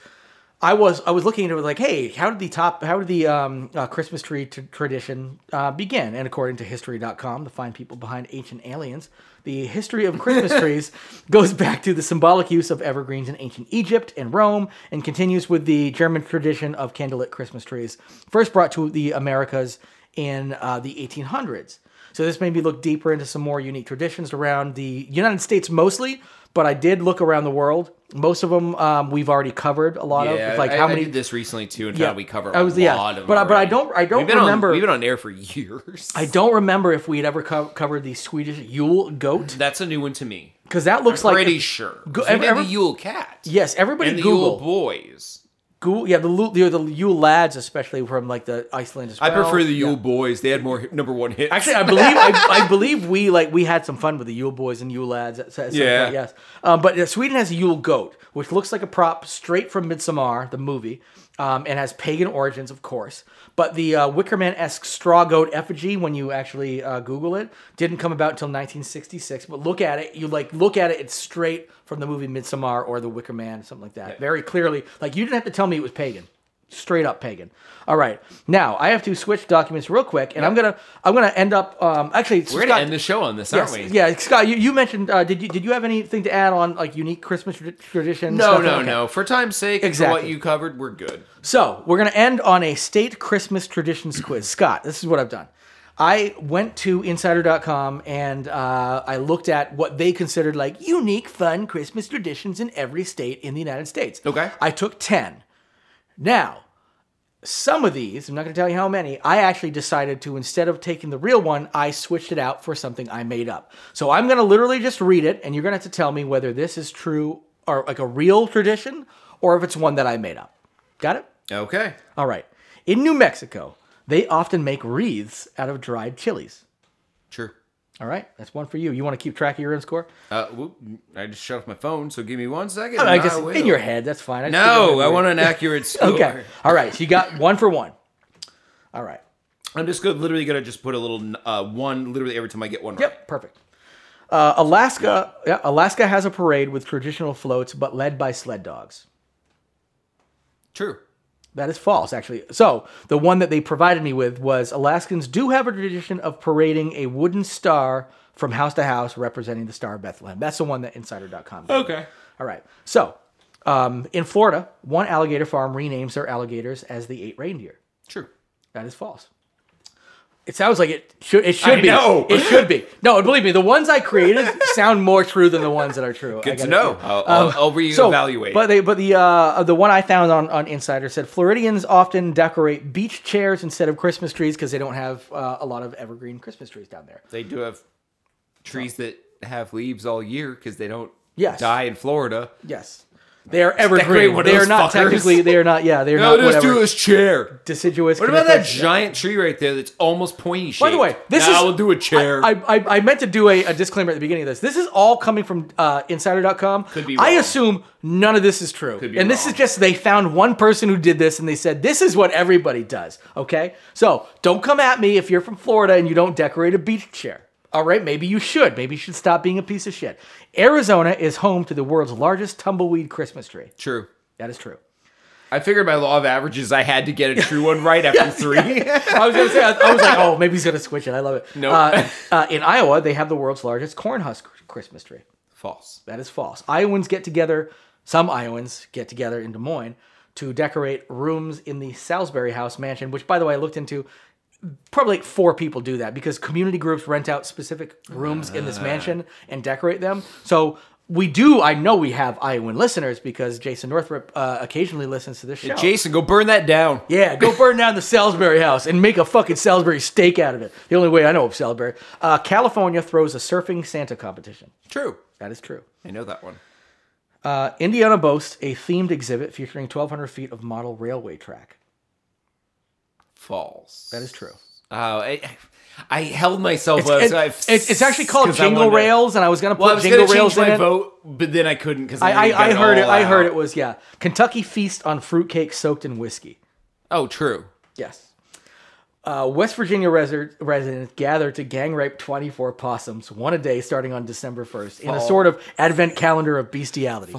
I was I was looking into it like, hey, how did the top how did the um, uh, Christmas tree t- tradition uh, begin? And according to History.com, the fine people behind Ancient Aliens, the history of Christmas trees goes back to the symbolic use of evergreens in ancient Egypt and Rome, and continues with the German tradition of candlelit Christmas trees, first brought to the Americas in uh, the 1800s. So this made me look deeper into some more unique traditions around the United States mostly, but I did look around the world. Most of them um, we've already covered a lot
Yeah,
of. Like how
I,
many?
I did this recently too, and
Yeah.
found we covered
I was-
a
yeah.
lot of.
But I-
them
but I
already.
don't- I don't
We've been
remember-
On, we've been on air for years.
I don't remember if we had ever co- covered the Swedish Yule goat
That's a new one to me.
because that looks like
Pretty sure.
Go-
we did
ever-
the Yule Cat.
Yes, everybody
and the Yule
Google.
Boys.
Goo- yeah, the, Lu- the the Yule lads, especially from like the Iceland. As
I
well.
prefer the Yule
Yeah.
Boys. They had more hit, number one hits.
Actually, I believe I, I believe we like we had some fun with the Yule boys and Yule lads. At, at some
Yeah.
point, yes. Um, but uh, Sweden has a Yule goat, which looks like a prop straight from Midsommar, the movie, um, and has pagan origins, of course. But the uh, Wickerman-esque straw goat effigy, when you actually uh, Google it, didn't come about until 1966. But look at it, you like look at it; it's straight from the movie Midsommar or the Wicker Man, something like that. Very clearly, like you didn't have to tell me it was pagan straight up pagan. All right, now I have to switch documents real quick, and I'm gonna I'm gonna end up um, actually.
We're gonna end the show on this, aren't we?
Yeah, Scott, you, you mentioned uh, did you did you have anything to add on like unique Christmas trad- traditions?
No,
Nothing?
no,
Okay.
no. For time's sake, and for what
Exactly.
you covered, we're good.
So we're gonna end on a state Christmas traditions quiz. Scott, this is what I've done. I went to insider.com and uh, I looked at what they considered like unique, fun Christmas traditions in every state in the United States.
Okay.
I took 10. Now, some of these, I'm not going to tell you how many, I actually decided to, instead of taking the real one, I switched it out for something I made up. So I'm going to literally just read it, and you're going to have to tell me whether this is true or like a real tradition or if it's one that I made up. Got it?
Okay.
All right. In New Mexico, they often make wreaths out of dried chilies.
Sure.
All right, that's one for you. You want to keep track of your own score?
Uh, whoop, I just shut off my phone, so give me one second.
I
and
guess
will.
in your head, that's fine. I just
No,
figured
I
I'd-
want an accurate score.
Okay. All right, so you got one for one. All right.
I'm just good, literally gonna just put a little uh, one literally every time I get one. right.
Yep, perfect. Uh, Alaska, yeah, Alaska has a parade with traditional floats, but led by sled dogs.
True.
That is false, actually. So the one that they provided me with was Alaskans do have a tradition of parading a wooden star from house to house representing the Star of Bethlehem. That's the one that Insider.com. Gave. me.
Okay.
All right. So um, in Florida, one alligator farm renames their alligators as the eight reindeer.
True.
That is false. It sounds like it should. It should
I
be.
know.
It should be. No, and believe me, the ones I created sound more true than the ones that are true.
Good to know. I'll, I'll, I'll reevaluate.
Um, But they, but the uh, the one I found on on Insider said Floridians often decorate beach chairs instead of Christmas trees because they don't have uh, a lot of evergreen Christmas trees down there.
they do have trees that have leaves all year because they don't
Yes.
die in Florida.
Yes, they are
decorate
evergreen.
one of
They are
those
not
fuckers.
technically. They are not. Yeah, they are
No,
not.
just do
Whatever.
this chair.
Deciduous.
What about that
coniferous-
giant tree right there that's almost pointy shaped?
By the way, this
Nah,
is.
we'll do a chair.
I, I, I meant to do a, a disclaimer at the beginning of this. This is all coming from uh, Insider.com. Could
be
I
wrong.
assume none of this is true.
Could be
and this
wrong.
is just they found one person who did this and they said this is what everybody does. Okay, so don't come at me if you're from Florida and you don't decorate a beach chair. All right, maybe you should. Maybe you should stop being a piece of shit. Arizona is home to the world's largest tumbleweed Christmas tree.
True.
That is true.
I figured by law of averages, I had to get a true one right after three.
I was gonna say, I, I was like, oh, maybe he's gonna switch it. I love it. No.
Nope.
Uh, uh, in Iowa, they have the world's largest corn husk Christmas tree.
False.
That is false. Iowans get together, some Iowans get together in Des Moines to decorate rooms in the Salisbury House mansion, which, by the way, I looked into. Probably like four people do that because community groups rent out specific rooms in
Ah.
this mansion and decorate them. So we do, I know we have Iowan listeners because Jason Northrup uh, occasionally listens to this show.
Jason, go burn that down.
Yeah, go burn down the Salisbury house and make a fucking Salisbury steak out of it. The only way I know of Salisbury. Uh, California throws a surfing Santa competition.
True.
That is true.
I know that one.
Uh, Indiana boasts a themed exhibit featuring 1,200 feet of model railway track.
False.
That is true.
Oh, I, I held myself
It's,
up.
it-
so I-
it's- it's actually called
'cause I
Jingle
wanted to-
Rails, and I was going to put
Well, I was
Jingle
going to
Rails
change
in
my
it.
vote, but then I couldn't because
I, I, I heard it. I heard it
Was-
was yeah. Kentucky feast on fruitcake soaked in whiskey.
oh, true.
Yes. Uh, West Virginia resi- residents gather to gang rape 24 possums, one a day starting on December 1st, in a sort of advent calendar of bestiality.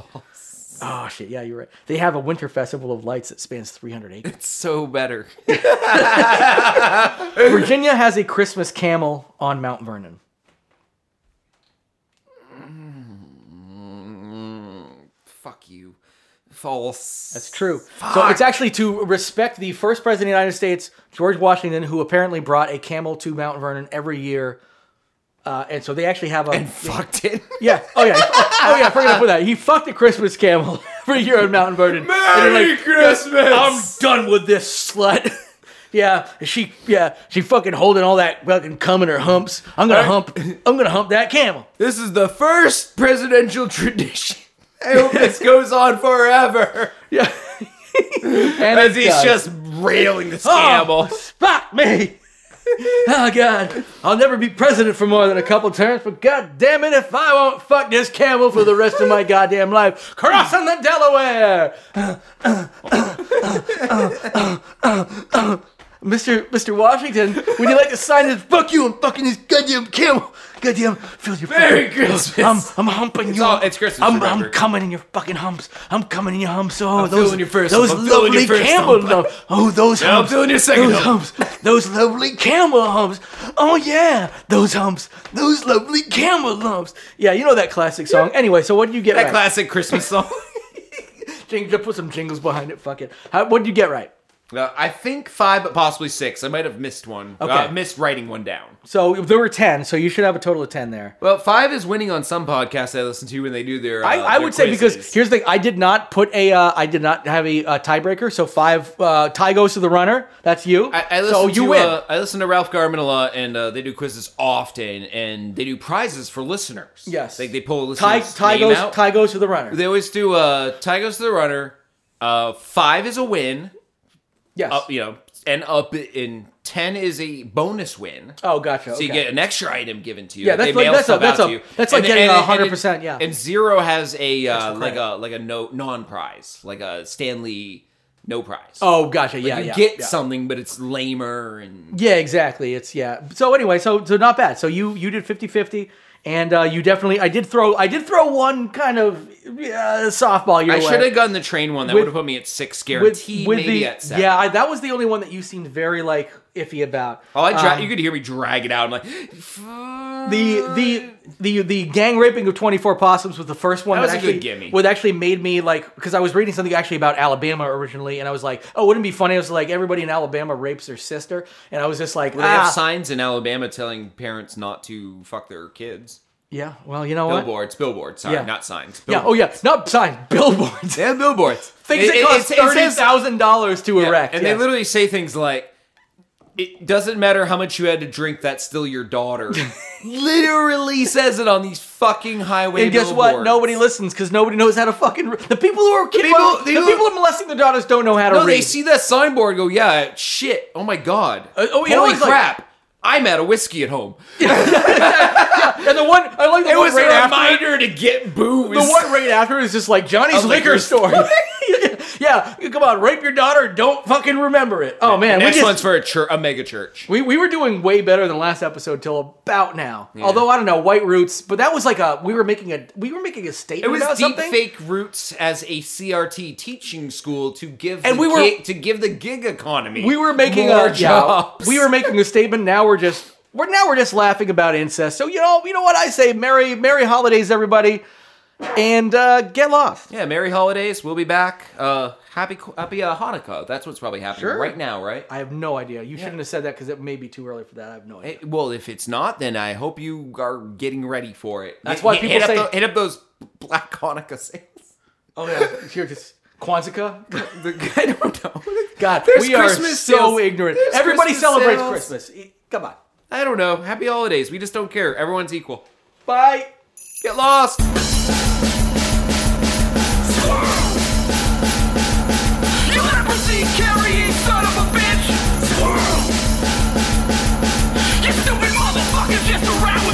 Oh, shit. Yeah, you're right. They have a winter festival of lights that spans 300 acres.
It's so better.
Virginia has a Christmas camel on Mount Vernon.
Fuck you. False.
That's true. So it's actually to respect the first president of the United States, George Washington, who apparently brought a camel to Mount Vernon every year Uh, and so they actually have a
and fucked it.
yeah. Oh yeah. Oh yeah. I forgot to put that. He fucked a Christmas camel for a year on Mountain Vernon.
Merry
And they're
Christmas!
I'm done with this slut. yeah. and She. Yeah. She fucking holding all that fucking cum in her humps. I'm gonna hump. I'm gonna hump that camel.
This is the first presidential tradition. I hope this goes on forever.
Yeah. and
As
it
he's
does.
just railing the
oh,
scamble.
fuck me. Oh God! I'll never be president for more than a couple terms, but God damn it, if I won't fuck this camel for the rest of my goddamn life, crossing the Delaware, Mister Mister Washington, would you like to sign this? Fuck you! I'm fucking this goddamn camel. Goddamn, feel your
Merry
fucking-
Christmas.
I'm I'm humping you.
all- it's Christmas,
I'm,
remember.
I'm coming in your fucking humps. I'm coming in your humps. Oh, those
feeling your first
those
hump. I'm feeling your
lovely
first
camel.
hump.
hump. Oh, those
I'm
humps.
feeling your second
those
hump.
humps. Those lovely camel humps. Oh yeah, those humps. Those lovely camel humps. Yeah, you know that classic song. Anyway, so what did you get
That
right?
classic Christmas song.
Jing- just put some jingles behind it. Fuck it. How, what did you get right?
Uh, I think five, but possibly six. I might have missed one. Okay.
Okay.
missed writing one down.
So there were ten. So you should have a total of ten there.
Well, five is winning on some podcasts I listen to when they do their. Uh,
I, I
their
would say because
quizzes.
here's the thing. I did not put a. Uh, I did not have a uh, tiebreaker. So five. Uh, tie goes to the runner. That's you.
I, I listen
so
to,
you win.
Uh, I listen to Ralph Garman a lot, and uh, they do quizzes often, and they do prizes for listeners.
Yes.
like they pull a
tie.
listener's
Tie
name
goes.
out.
Tie goes to the runner.
They always do uh tie goes to the runner. Uh five is a win.
yes.
Up you know, and up in ten is a bonus win.
oh, gotcha.
So you
okay.
get an extra item given to you.
Yeah,
that
that's
they
like-
mail
that's a-
stuff
that's
out
a-
to you.
that's like
And-
getting
and- and-
100%, yeah.
And zero has a uh, like
credit.
a like a no non prize, like a Stanley no prize.
Oh, gotcha. Yeah,
you
yeah.
get
yeah.
something, but it's lamer and
Yeah, exactly. It's yeah. So anyway, so so not bad. So you you did 50-50 and uh, you definitely I did throw I did throw one kind of uh, softball your
I
way.
should have gotten the train one. That
With-
would have put me at six guaranteed, maybe
the
at seven.
yeah, I, that was the only one that you seemed very like iffy about.
Oh, I dra-
Um,
you could hear me drag it out. I'm like,
the the the the gang raping of 24 possums was the first one
That
that,
was a
actually
good gimme.
what actually made me like because I was reading something actually about Alabama originally and I was like oh wouldn't it be funny I was like everybody in Alabama rapes their sister and I was just like
They have
ah.
signs in Alabama telling parents not to fuck their kids.
yeah well you know what
Billboards, billboards. Sorry,
Yeah.
not signs.
yeah oh
Billboards.
yeah not signs billboards
They have billboards.
Things that cost thirty thousand dollars to erect.
And
yes.
they literally say things like, "It doesn't matter how much you had to drink. That's still your daughter." literally says it on these fucking highway.
and guess what?
billboards.
Nobody listens because nobody knows how to fucking. Re- the people who are kid-
people-
well, the,
they
people,
don't-
who are molesting their daughters don't know how to
No,
read.
they see that signboard. and Go, yeah, shit. Oh my god.
Uh, oh, you know,
holy
it's like-
crap. I'm out of whiskey at home.
and the one I like the
It
one
was
right
a
after.
reminder to get booze.
The one right after is just like Johnny's
A
liquor,
liquor
store. yeah, come on, rape your daughter. Don't fucking remember it. Oh man, we
Next
just
one's for a church, a mega church.
We, we were doing way better than last episode till about now. Although I don't know White Roots, but that was like a we were making a we were making a statement
It was
about
deep
something.
fake roots as a CRT teaching school to give
And
the
we were-
gig, to give the gig economy.
we were making
more
a yeah,
jobs.
we were making a statement. Now we're just we're now we're just laughing about incest. So you know you know what I say. Merry Merry holidays, everybody, and uh, get lost.
yeah. Merry holidays. We'll be back. Uh, happy happy uh, Hanukkah. That's what's probably happening
Sure.
right now, right?
I have no idea. You shouldn't have said that because it may be too early for that. I have no idea.
Eh, well, if it's not, then I hope you are getting ready for it.
That's
Hit-
why
hit-
people
hit
say-
up tho- hit up those black Hanukkah sales.
Oh yeah, here just Quanzica.
I don't know.
God,
There's
we are
Christmas
so
sales.
ignorant.
There's
Everybody
Christmas
celebrates
sales.
Christmas. E- Come on,
I don't know. Happy holidays. We just don't care. Everyone's equal.
bye.
Get lost.
Leprosy carrying son of a bitch! Squirrel! You stupid motherfuckers just around with